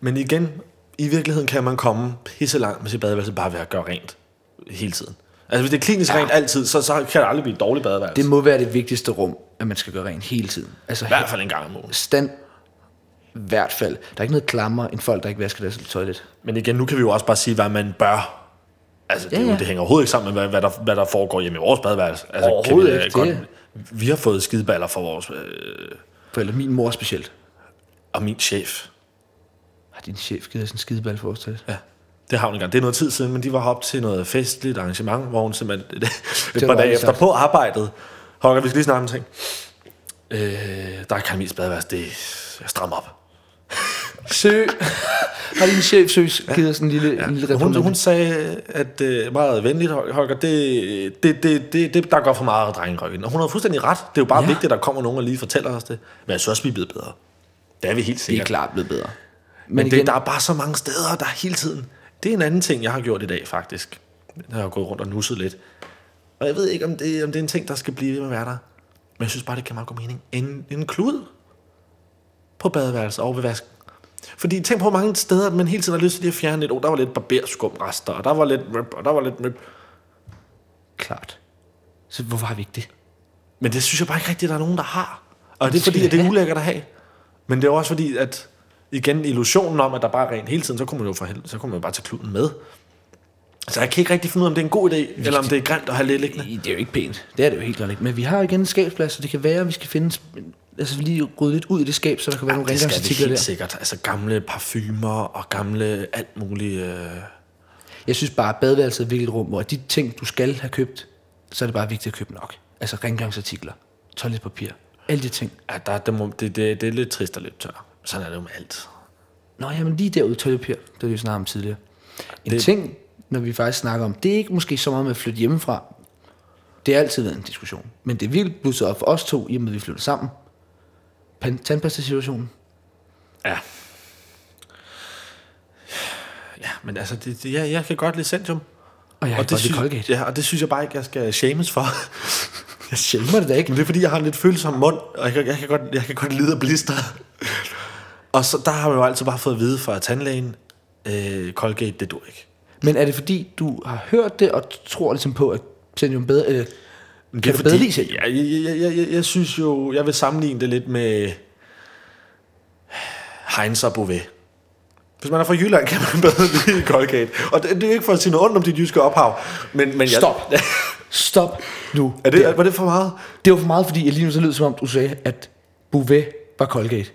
Speaker 2: Men igen, i virkeligheden kan man komme pisse langt med sit badeværelse bare ved at gøre rent hele tiden. Altså hvis det er klinisk ja. rent altid, så, så kan det aldrig blive et dårligt badeværelse.
Speaker 1: Det
Speaker 2: Det
Speaker 1: må være det vigtigste rum, at man skal gøre rent hele tiden. Altså
Speaker 2: I hvert fald en gang om ugen.
Speaker 1: stand i hvert fald. Der er ikke noget klammer end folk, der ikke vasker deres toilet.
Speaker 2: Men igen, nu kan vi jo også bare sige, hvad man bør. Altså, det,
Speaker 1: Ja,
Speaker 2: ja,
Speaker 1: ja.
Speaker 2: ja. det hænger overhovedet ikke sammen med, hvad, hvad, der, hvad der foregår hjemme i vores badeværelse. Altså,
Speaker 1: Overhovedet
Speaker 2: øh,
Speaker 1: ikke, det-
Speaker 2: Vi har fået skideballer fra vores... Øh,
Speaker 1: For eller min mor specielt.
Speaker 2: og min chef.
Speaker 1: Har din chef givet dig sådan en skideball for vores toilet?
Speaker 2: Ja, det har hun engang. Det er noget tid siden, men de var op til noget festligt arrangement, hvor hun simpelthen et, et
Speaker 1: var
Speaker 2: par dage
Speaker 1: aldrig
Speaker 2: efter
Speaker 1: sjovt.
Speaker 2: på arbejdet. Holger, vi skal lige snakke om en ting. Øh, der er Karl Mies badeværelse. Det er stram op.
Speaker 1: Sø! Har din chef sø givet dig sådan en lille, ja. en lille
Speaker 2: Hun,
Speaker 1: reprimande?
Speaker 2: hun sagde, at øh, meget venligt, Holger, det, det, det, det, det, der går for meget drengerøgen. Og hun havde fuldstændig ret. Det er jo bare
Speaker 1: Ja.
Speaker 2: ja. vigtigt, at der kommer nogen og lige fortæller os det. Men jeg synes også, vi er blevet bedre. Det er vi helt
Speaker 1: Det er
Speaker 2: sikkert.
Speaker 1: klart blevet bedre. Men,
Speaker 2: Men
Speaker 1: Men
Speaker 2: det,
Speaker 1: igen,
Speaker 2: der er bare så mange steder, der er hele tiden. Det er en anden ting, jeg har gjort i dag, faktisk. Jeg har gået rundt og nusset lidt. Og jeg ved ikke, om det, om det er en ting, der skal blive ved med at være der. Men jeg synes bare, det kan meget god mening. En, en klud på badeværelset over ved vasken. Fordi tænk på, hvor mange steder man hele tiden har lyst til lige at fjerne lidt. Oh, der var lidt barberskumrester, og der var lidt rip, og der var lidt rip.
Speaker 1: klart. Så hvorfor har vi ikke det?
Speaker 2: Men det synes jeg bare ikke rigtigt, der er nogen, der har. Og det er fordi,
Speaker 1: skal
Speaker 2: at det
Speaker 1: vi
Speaker 2: er
Speaker 1: have.
Speaker 2: ulækkert at have. Men det er jo også fordi, at igen, illusionen om, at der bare er rent hele tiden, så kunne man jo for helvede, så kunne man jo bare tage kluden med. Så jeg kan ikke rigtig finde ud af, om det er en god idé, eller om det er grimt at have lidt liggende.
Speaker 1: Det er jo ikke pænt. Det er det jo helt klart ikke. Men vi har jo igen en skabsplads, så det kan være, at vi skal finde... Altså lige rydde lidt ud i det skab, så der kan være nogle
Speaker 2: Det skal vi
Speaker 1: rengøringsartikler
Speaker 2: helt
Speaker 1: der.
Speaker 2: sikkert. Altså gamle parfumer og gamle alt muligt. Øh...
Speaker 1: Jeg synes bare, at badeværelset er virkelig et rum, hvor de ting, du skal have købt, så er det bare vigtigt at købe nok. Altså rengøringsartikler, toiletpapir, alle de ting.
Speaker 2: Ja, der, det, må, det, det, det, er lidt trist og lidt tør. Sådan er det jo med alt.
Speaker 1: Nå, jamen lige derude, toiletpapir, det var det, vi snakkede om tidligere. En det... ting, når vi faktisk snakker om, det er ikke måske så meget med at flytte hjemmefra. Det har altid været en diskussion. Men det er virkelig blusset op for os to, i og med, at vi flytter sammen. Pan- Tandpasta-situationen.
Speaker 2: Ja. Ja, men altså, det, det, jeg, jeg kan godt lide Centium.
Speaker 1: Og jeg har
Speaker 2: og det,
Speaker 1: godt synes...
Speaker 2: synes,
Speaker 1: Colgate.
Speaker 2: ja, og det synes jeg bare ikke, jeg skal shames for.
Speaker 1: Jeg shamer det da ikke.
Speaker 2: Men det er fordi, jeg har en lidt følsom mund, og jeg kan, jeg kan, godt, jeg kan godt lide at blister. og så, der har man jo altid bare fået at vide fra tandlægen, øh, Colgate, det dur ikke.
Speaker 1: Men er det fordi, du har hørt det, og tror ligesom på, at Sendium bedre... øh, Eller, kan
Speaker 2: Det er
Speaker 1: du bedre lide
Speaker 2: jeg,
Speaker 1: Sendium?
Speaker 2: jeg, jeg, jeg, jeg, jeg synes jo, jeg vil sammenligne det lidt med Heinz og Bouvet. Hvis man er fra Jylland, kan man bedre lide Colgate. Og det, det er jo ikke for at sige noget ondt om dit jyske ophav, men, men jeg...
Speaker 1: Stop. Stop nu.
Speaker 2: Er det, var det for meget?
Speaker 1: Det var for meget, fordi jeg lige nu så lød som om, du sagde, at Bouvet var Colgate.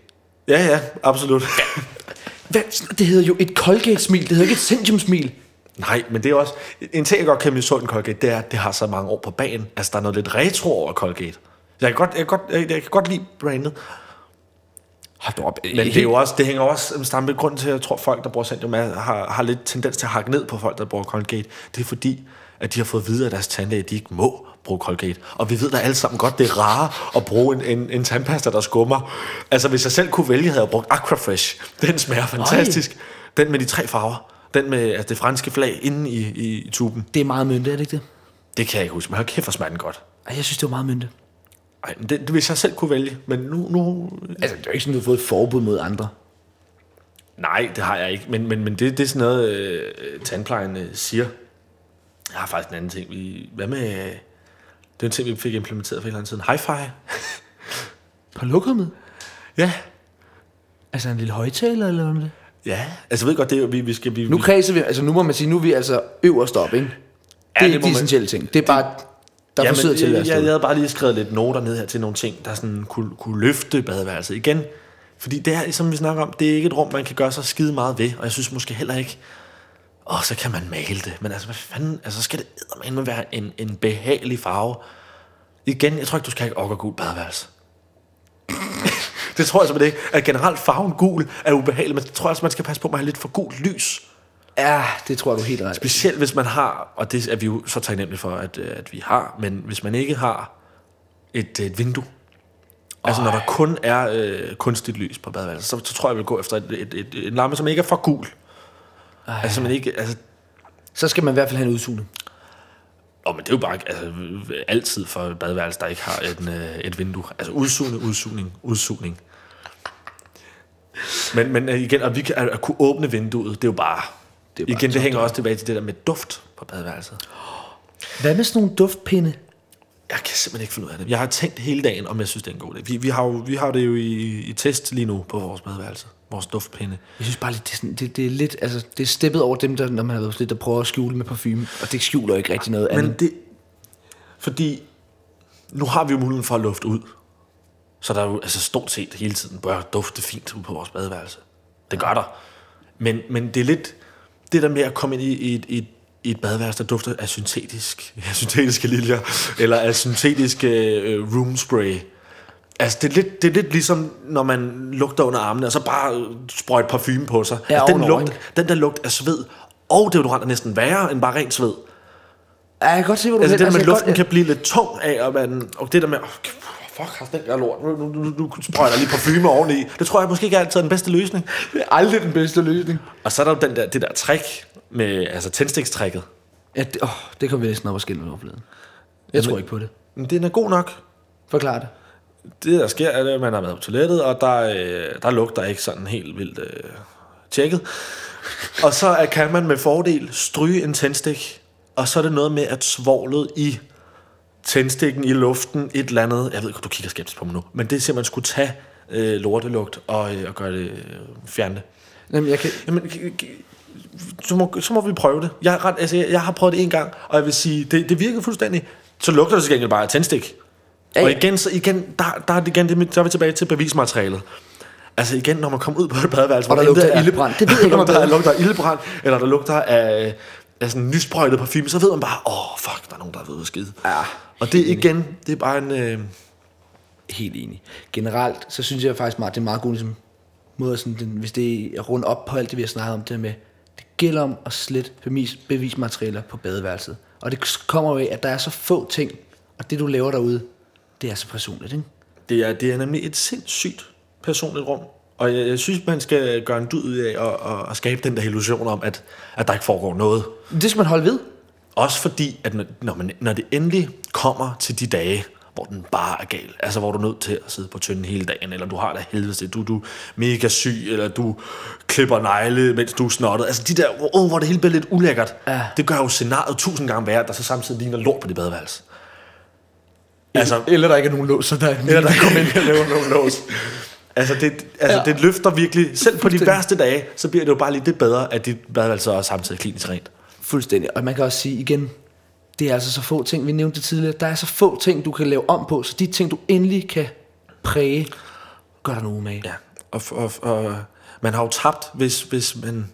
Speaker 2: Ja, ja, absolut.
Speaker 1: Hvad? Det hedder jo et Colgate-smil, det hedder ikke et Centium-smil.
Speaker 2: Nej, men det er også... En ting, jeg godt kan misunde Colgate, det er, at det har så mange år på banen. Altså, der er noget lidt retro over Colgate. Jeg kan godt, jeg kan godt, jeg, jeg kan godt lide brandet.
Speaker 1: Hold da op.
Speaker 2: Men det, er jo også, det hænger jo også med samme grund til, at jeg tror, folk, der bruger Sandium, er- har, har lidt tendens til at hakke ned på folk, der bruger Colgate. Det er fordi, at de har fået at vide af deres tandlæge, at de ikke må bruge Colgate. Og vi ved da alle sammen godt, det er rarere at bruge en, en, en tandpasta, der skummer. Altså, hvis jeg selv kunne vælge, havde jeg brugt Aquafresh. Den smager fantastisk. Ej. Den med de tre farver. Den med altså, det franske flag inde i, i tuben.
Speaker 1: det er meget mynte, er det ikke det?
Speaker 2: Det kan jeg ikke huske, men hold kæft, hvor smager den godt.
Speaker 1: Ej, jeg synes, det var meget mynte.
Speaker 2: Ej, men det, det, hvis jeg selv kunne vælge, men nu, nu...
Speaker 1: Altså, det er jo ikke sådan, du har fået et forbud mod andre.
Speaker 2: Nej, det har jeg ikke, men, men, men det, det er sådan noget, øh, tandplejen øh, siger. Jeg har faktisk en anden ting. Vi, hvad med... øh, Det er en ting, vi fik implementeret for en eller anden siden. Hi-fi.
Speaker 1: På lokummet?
Speaker 2: ja.
Speaker 1: Altså en lille højtaler eller hvad med det?
Speaker 2: Ja, altså jeg ved godt, det er, jo- vi, vi skal... Vi,
Speaker 1: Nu
Speaker 2: vi,
Speaker 1: kredser vi, altså nu må man sige, nu er vi altså øverst op, ikke? Det er
Speaker 2: det
Speaker 1: ja, ikke
Speaker 2: må
Speaker 1: de
Speaker 2: man-
Speaker 1: essentielle ting. Det er bare, der
Speaker 2: ja,
Speaker 1: ja, forsøger til at
Speaker 2: jeg, jeg, jeg
Speaker 1: være
Speaker 2: havde bare lige skrevet lidt noter ned her til nogle ting, der sådan kunne, kunne løfte badeværelset igen. Fordi det her, som vi snakker om, det er ikke et rum, man kan gøre sig skide meget ved. Og jeg synes måske heller ikke, åh, så kan man male det. Men altså, hvad fanden, altså så skal det eddermame være en, en behagelig farve. Igen, jeg tror ikke, du skal have et okkergul badeværelse. det tror jeg simpelthen ikke. At generelt farven gul er ubehagelig, men det tror jeg også, man skal passe på med at have lidt for gult lys.
Speaker 1: Ja, det tror jeg, du er helt ret. i.
Speaker 2: Specielt hvis man har, og det er vi jo så taknemmelige for, at, øh, at vi har, men hvis man ikke har et, øh, et vindue, altså når der kun er øh, kunstigt lys på badeværelset, så, så tror jeg, jeg vil gå efter et, et, et, en lamme, som ikke er for gul. Ej. Altså, man ikke, altså,
Speaker 1: Så skal man i hvert fald have en udsugning.
Speaker 2: Nå, men det er jo bare altså, altid for et badeværelse, der ikke har et, øh, et vindue. Altså udsugning, udsugning, udsugning. Men, men øh, igen, at, vi kan, at, at kunne åbne vinduet, det er jo bare... Det
Speaker 1: Det
Speaker 2: er
Speaker 1: er
Speaker 2: bare
Speaker 1: bare
Speaker 2: igen, det hænger også tilbage til det der med duft på badeværelset.
Speaker 1: Hvad med sådan nogle duftpinde?
Speaker 2: Jeg kan simpelthen ikke finde ud af det. Jeg har tænkt hele dagen, om jeg synes, det er en god idé. Vi, vi, har, jo, vi har det jo i, i test lige nu på vores badeværelse. Vores duftpinde.
Speaker 1: Jeg synes bare lidt, det er, sådan, det, det er lidt, altså, det er steppet over dem, der, når man har været lidt, der prøver at skjule med parfume, og det skjuler ikke rigtig noget andet.
Speaker 2: Men det... Fordi nu har vi jo muligheden for at lufte ud. Så der er jo altså stort set hele tiden bør dufte fint ud på vores badeværelse. Det gør der. Men, men det er lidt det der med at komme ind i, i, et- i, et- i et badeværelse, der dufter af syntetisk, af syntetiske liljer, eller af syntetisk øh, room spray. Altså, det er, lidt, det er lidt ligesom, når man lugter under armene, og så bare øh, sprøjter parfume på sig.
Speaker 1: Ja,
Speaker 2: altså, den,
Speaker 1: ovenover,
Speaker 2: lugt, den der lugt af sved og deodorant er næsten værre end bare rent sved.
Speaker 1: Ja, jeg kan godt se, hvor du
Speaker 2: Altså
Speaker 1: vil.
Speaker 2: det der med, at
Speaker 1: jeg
Speaker 2: luften
Speaker 1: godt-
Speaker 2: kan blive lidt tung af, og, man, og det der med, oh, fuck, har den der lort, nu, nu, nu, nu sprøjter jeg lige parfume oveni. Det tror jeg måske ikke altid er den bedste løsning.
Speaker 1: Det er aldrig den bedste løsning.
Speaker 2: Og så er der jo den der, det der trick, med, altså tændstikstrækket.
Speaker 1: Ja, det, åh, det kom vi næsten op og skille med overfladen. Jeg tror ikke på det.
Speaker 2: Men den er god nok.
Speaker 1: Forklar det.
Speaker 2: Det der sker, er, at man har været på toilettet, og der, øh, der lugter ikke sådan helt vildt øh, tjekket. Og så øh, kan man med fordel stryge en tændstik, og så er det noget med, at svoglet i tændstikken i luften, et eller andet, jeg ved ikke, du kigger skeptisk på mig nu, men det er simpelthen skulle tage øh, lortelugt og, øh, og gøre det, øh, fjerne det.
Speaker 1: Jamen, jeg kan...
Speaker 2: Jamen, g- g- så må, så må vi prøve det. Jeg, er ret, altså, jeg, jeg har prøvet det en gang, og jeg vil sige, det, det virker fuldstændig. Så lugter det til gengæld bare af tændstik.
Speaker 1: Ja,
Speaker 2: Og
Speaker 1: ja.
Speaker 2: igen, så igen, der, der, er det igen det, med- så er vi tilbage til bevismaterialet. Altså igen, når man kommer ud på et badeværelse,
Speaker 1: Og der
Speaker 2: hvor
Speaker 1: lugter
Speaker 2: intet
Speaker 1: af
Speaker 2: er-
Speaker 1: ildebrand. Det ved jeg ikke,
Speaker 2: når
Speaker 1: om
Speaker 2: der
Speaker 1: det er.
Speaker 2: lugter af ildebrand, eller der lugter af, af sådan nysprøjtet parfume, så ved man bare, åh, oh, fuck, der er nogen, der er ved at skide.
Speaker 1: Ja,
Speaker 2: og det er igen, det er bare en... Øh,
Speaker 1: Helt enig. Generelt, så synes jeg faktisk, meget, det er en meget god ligesom, måde, sådan, den, hvis det er rundt op på alt det, vi har snakket om, det med, det gælder om at slette bevis, bevismaterialer på badeværelset. Og det kommer jo af, at der er så få ting, og det du laver derude, det er så personligt, ikke?
Speaker 2: Det er, det er nemlig et sindssygt personligt rum. Og jeg, jeg synes, man skal gøre en dyd ud af at, at, at skabe den der illusion om, at, at der ikke foregår noget.
Speaker 1: Men det skal man holde ved.
Speaker 2: Også fordi, at når, når, man, når det endelig kommer til de dage, hvor den bare er gal, altså hvor du er nødt til at sidde på tynden hele dagen, eller du har det helvede til, du, du er mega syg, eller du klipper negle, mens du er snottet. Altså de der, oh, hvor det hele bliver lidt ulækkert.
Speaker 1: Ja.
Speaker 2: Det gør jo scenariet tusind gange værre, at der så samtidig ligner lort på det badeværelse. Altså,
Speaker 1: Eller der ikke er nogen lås, så der er
Speaker 2: eller der kom ind og lavede nogle lås. Altså, det, altså ja.
Speaker 1: Ja.
Speaker 2: det løfter virkelig. Selv på de
Speaker 1: Fuldstændig.
Speaker 2: værste dage, så bliver det jo bare lige lidt bedre, at dit badeværelse er samtidig klinisk rent.
Speaker 1: Fuldstændig. Og man kan også sige igen, det er altså så få ting, vi nævnte det tidligere, der er så få ting, du kan lave om på, så de ting, du endelig kan præge, gør dig noget med.
Speaker 2: Ja. Og, og, og man har jo tabt, hvis, hvis man...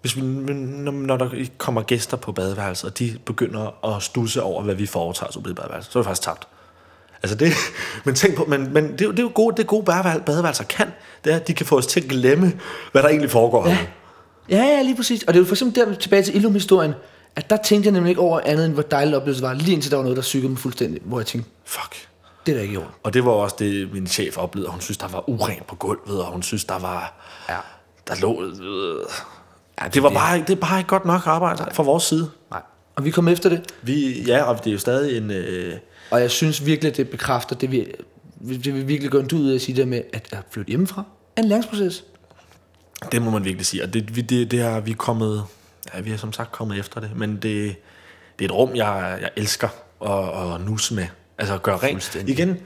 Speaker 2: Hvis vi, når, når der kommer gæster på badeværelset, og de begynder at stusse over, hvad vi foretager os ude på det badeværelse, så er det faktisk tabt. Altså det, men tænk på, men, men det, er jo- det er jo gode, det gode badevæl- badeværelser kan, det er, at de kan få os til at glemme, hvad der egentlig foregår. Ja.
Speaker 1: Ja, ja, lige præcis. Og det er jo for eksempel der tilbage til Illum-historien, at der tænkte jeg nemlig ikke over andet, end hvor dejligt oplevelsen var, lige indtil der var noget, der psykede mig fuldstændig, hvor jeg tænkte,
Speaker 2: Fuck.
Speaker 1: det er der ikke i orden.
Speaker 2: Og det var også det, min chef oplevede. Hun synes, der var uren på gulvet, og hun synes, der var...
Speaker 1: Ja.
Speaker 2: Der lå... Øh, ja, det, var bare, ikke- det er bare ikke godt nok arbejde fra vores side.
Speaker 1: Nej. Og vi kom efter det,
Speaker 2: Vi, ja, og det er jo stadig en... Øh,
Speaker 1: og jeg synes virkelig, at det bekræfter det, vi, det vi virkelig gør en dyd ud af at sige det med, at at flytte hjemmefra er en læringsproces.
Speaker 2: det må man virkelig sige. Og det, vi, det, det er, vi er kommet... Ja, vi er som sagt kommet efter det. Men det, det er et rum, jeg, jeg elsker at, at nusse med. Altså at gøre rent.
Speaker 1: Fuldstændig.
Speaker 2: Igen,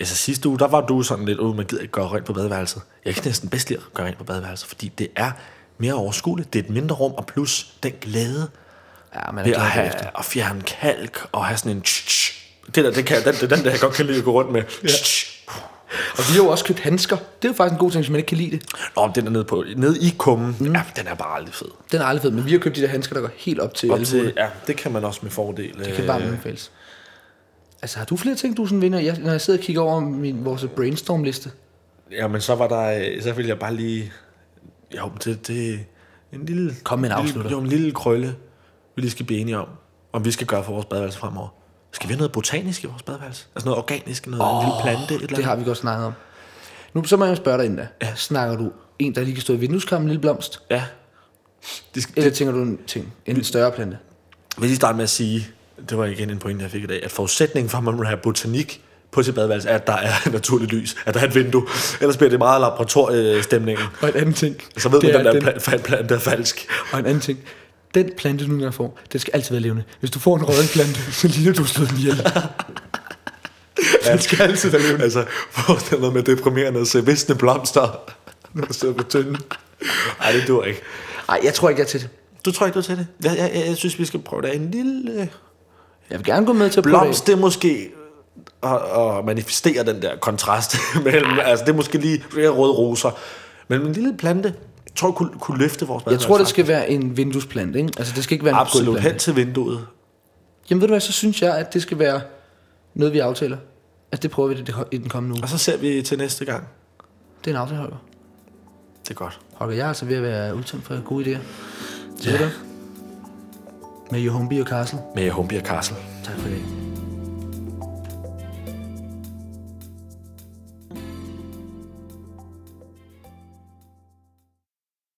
Speaker 2: altså sidste uge, der var du sådan lidt, åh, man gider ikke gøre rent på badeværelset. Jeg kan næsten bedst lide at gøre rent på badeværelset, fordi det er mere overskueligt. Det er et mindre rum, og plus den glæde,
Speaker 1: Ja, man
Speaker 2: Ved at,
Speaker 1: glad
Speaker 2: have,
Speaker 1: bagefter.
Speaker 2: at fjerne kalk og have sådan en... tsch, tsch. Det der, det kan, den, den der, jeg godt kan lide at gå rundt med. Ja.
Speaker 1: Og vi har jo også købt handsker. Det er jo faktisk en god ting, hvis man ikke kan lide det.
Speaker 2: Nå, den er nede, på, nede i kummen. Mm. Ja, den er bare aldrig fed.
Speaker 1: Den er aldrig fed, men vi har købt de der handsker, der går helt op til øh,
Speaker 2: Op
Speaker 1: albuerne.
Speaker 2: til, ja, det kan man også med fordel. øh,
Speaker 1: Det kan varmt anbefales. Altså, har du flere ting, du sådan vinder? Jeg, når jeg sidder og kigger over min, vores brainstorm-liste.
Speaker 2: Ja, men så var der... øh, Så ville jeg bare lige... Jo, men det, det en lille...
Speaker 1: Kom med en
Speaker 2: Lille,
Speaker 1: afslutter.
Speaker 2: jo, en lille krølle, vi lige skal blive enige om, om vi skal gøre for vores badeværelse fremover. Skal vi have noget botanisk i vores badeværelse? Altså noget organisk, noget oh, en lille plante, et eller
Speaker 1: Det
Speaker 2: andet?
Speaker 1: har vi godt snakket om. Nu så må jeg spørge dig inden da. Ja. Snakker du en, der lige kan stå i vindueskammen, en lille blomst?
Speaker 2: Ja. Det, skal,
Speaker 1: Eller tænker du en ting, en større plante?
Speaker 2: Jeg vil lige starte med at sige, det var igen en pointe, jeg fik i dag, at forudsætningen for, at man må have botanik på sit badeværelse, er, at der er naturligt lys, at der er et vindue. Ellers bliver det meget laboratoriestemningen.
Speaker 1: Og en anden ting.
Speaker 2: Så ved
Speaker 1: det
Speaker 2: man,
Speaker 1: er,
Speaker 2: at den der
Speaker 1: den-
Speaker 2: plan, plan, plan, der er falsk.
Speaker 1: Og en anden ting. Den plante, du nu engang får, den skal altid være levende. Hvis du får en rød plante, så ligner du har slået den ihjel.
Speaker 2: Den skal altid være levende. Altså, forestil dig med deprimerende at se visne blomster, når du sidder på tynden. Nej, det dur ikke.
Speaker 1: Nej, jeg tror ikke, jeg er til det.
Speaker 2: Du tror ikke, du er til det? Jeg, jeg, jeg, jeg synes, vi skal prøve det af en lille
Speaker 1: Jeg vil gerne gå med til at prøve
Speaker 2: blomst. Det er måske at, at manifestere den der kontrast. mellem, altså, det er måske lige flere røde roser. Men en lille plante, jeg tror, kunne, kunne løfte vores
Speaker 1: det. Jeg tror, det skal være en vinduesplante, ikke? Altså, det skal ikke være en
Speaker 2: Absolut,
Speaker 1: gulvplante.
Speaker 2: hen til vinduet.
Speaker 1: Jamen, ved du hvad, så synes jeg, at det skal være noget, vi aftaler. Altså, det prøver vi i det- i den kommende uge.
Speaker 2: Og så ser vi til næste gang. Altså-
Speaker 1: Det er en aftale, Holger.
Speaker 2: Det er godt.
Speaker 1: Holger, jeg er altså ved at være udtømt for gode idéer. Så ja. Med Your Home Bio Castle.
Speaker 2: Med Humbia Castle.
Speaker 1: Tak for i dag.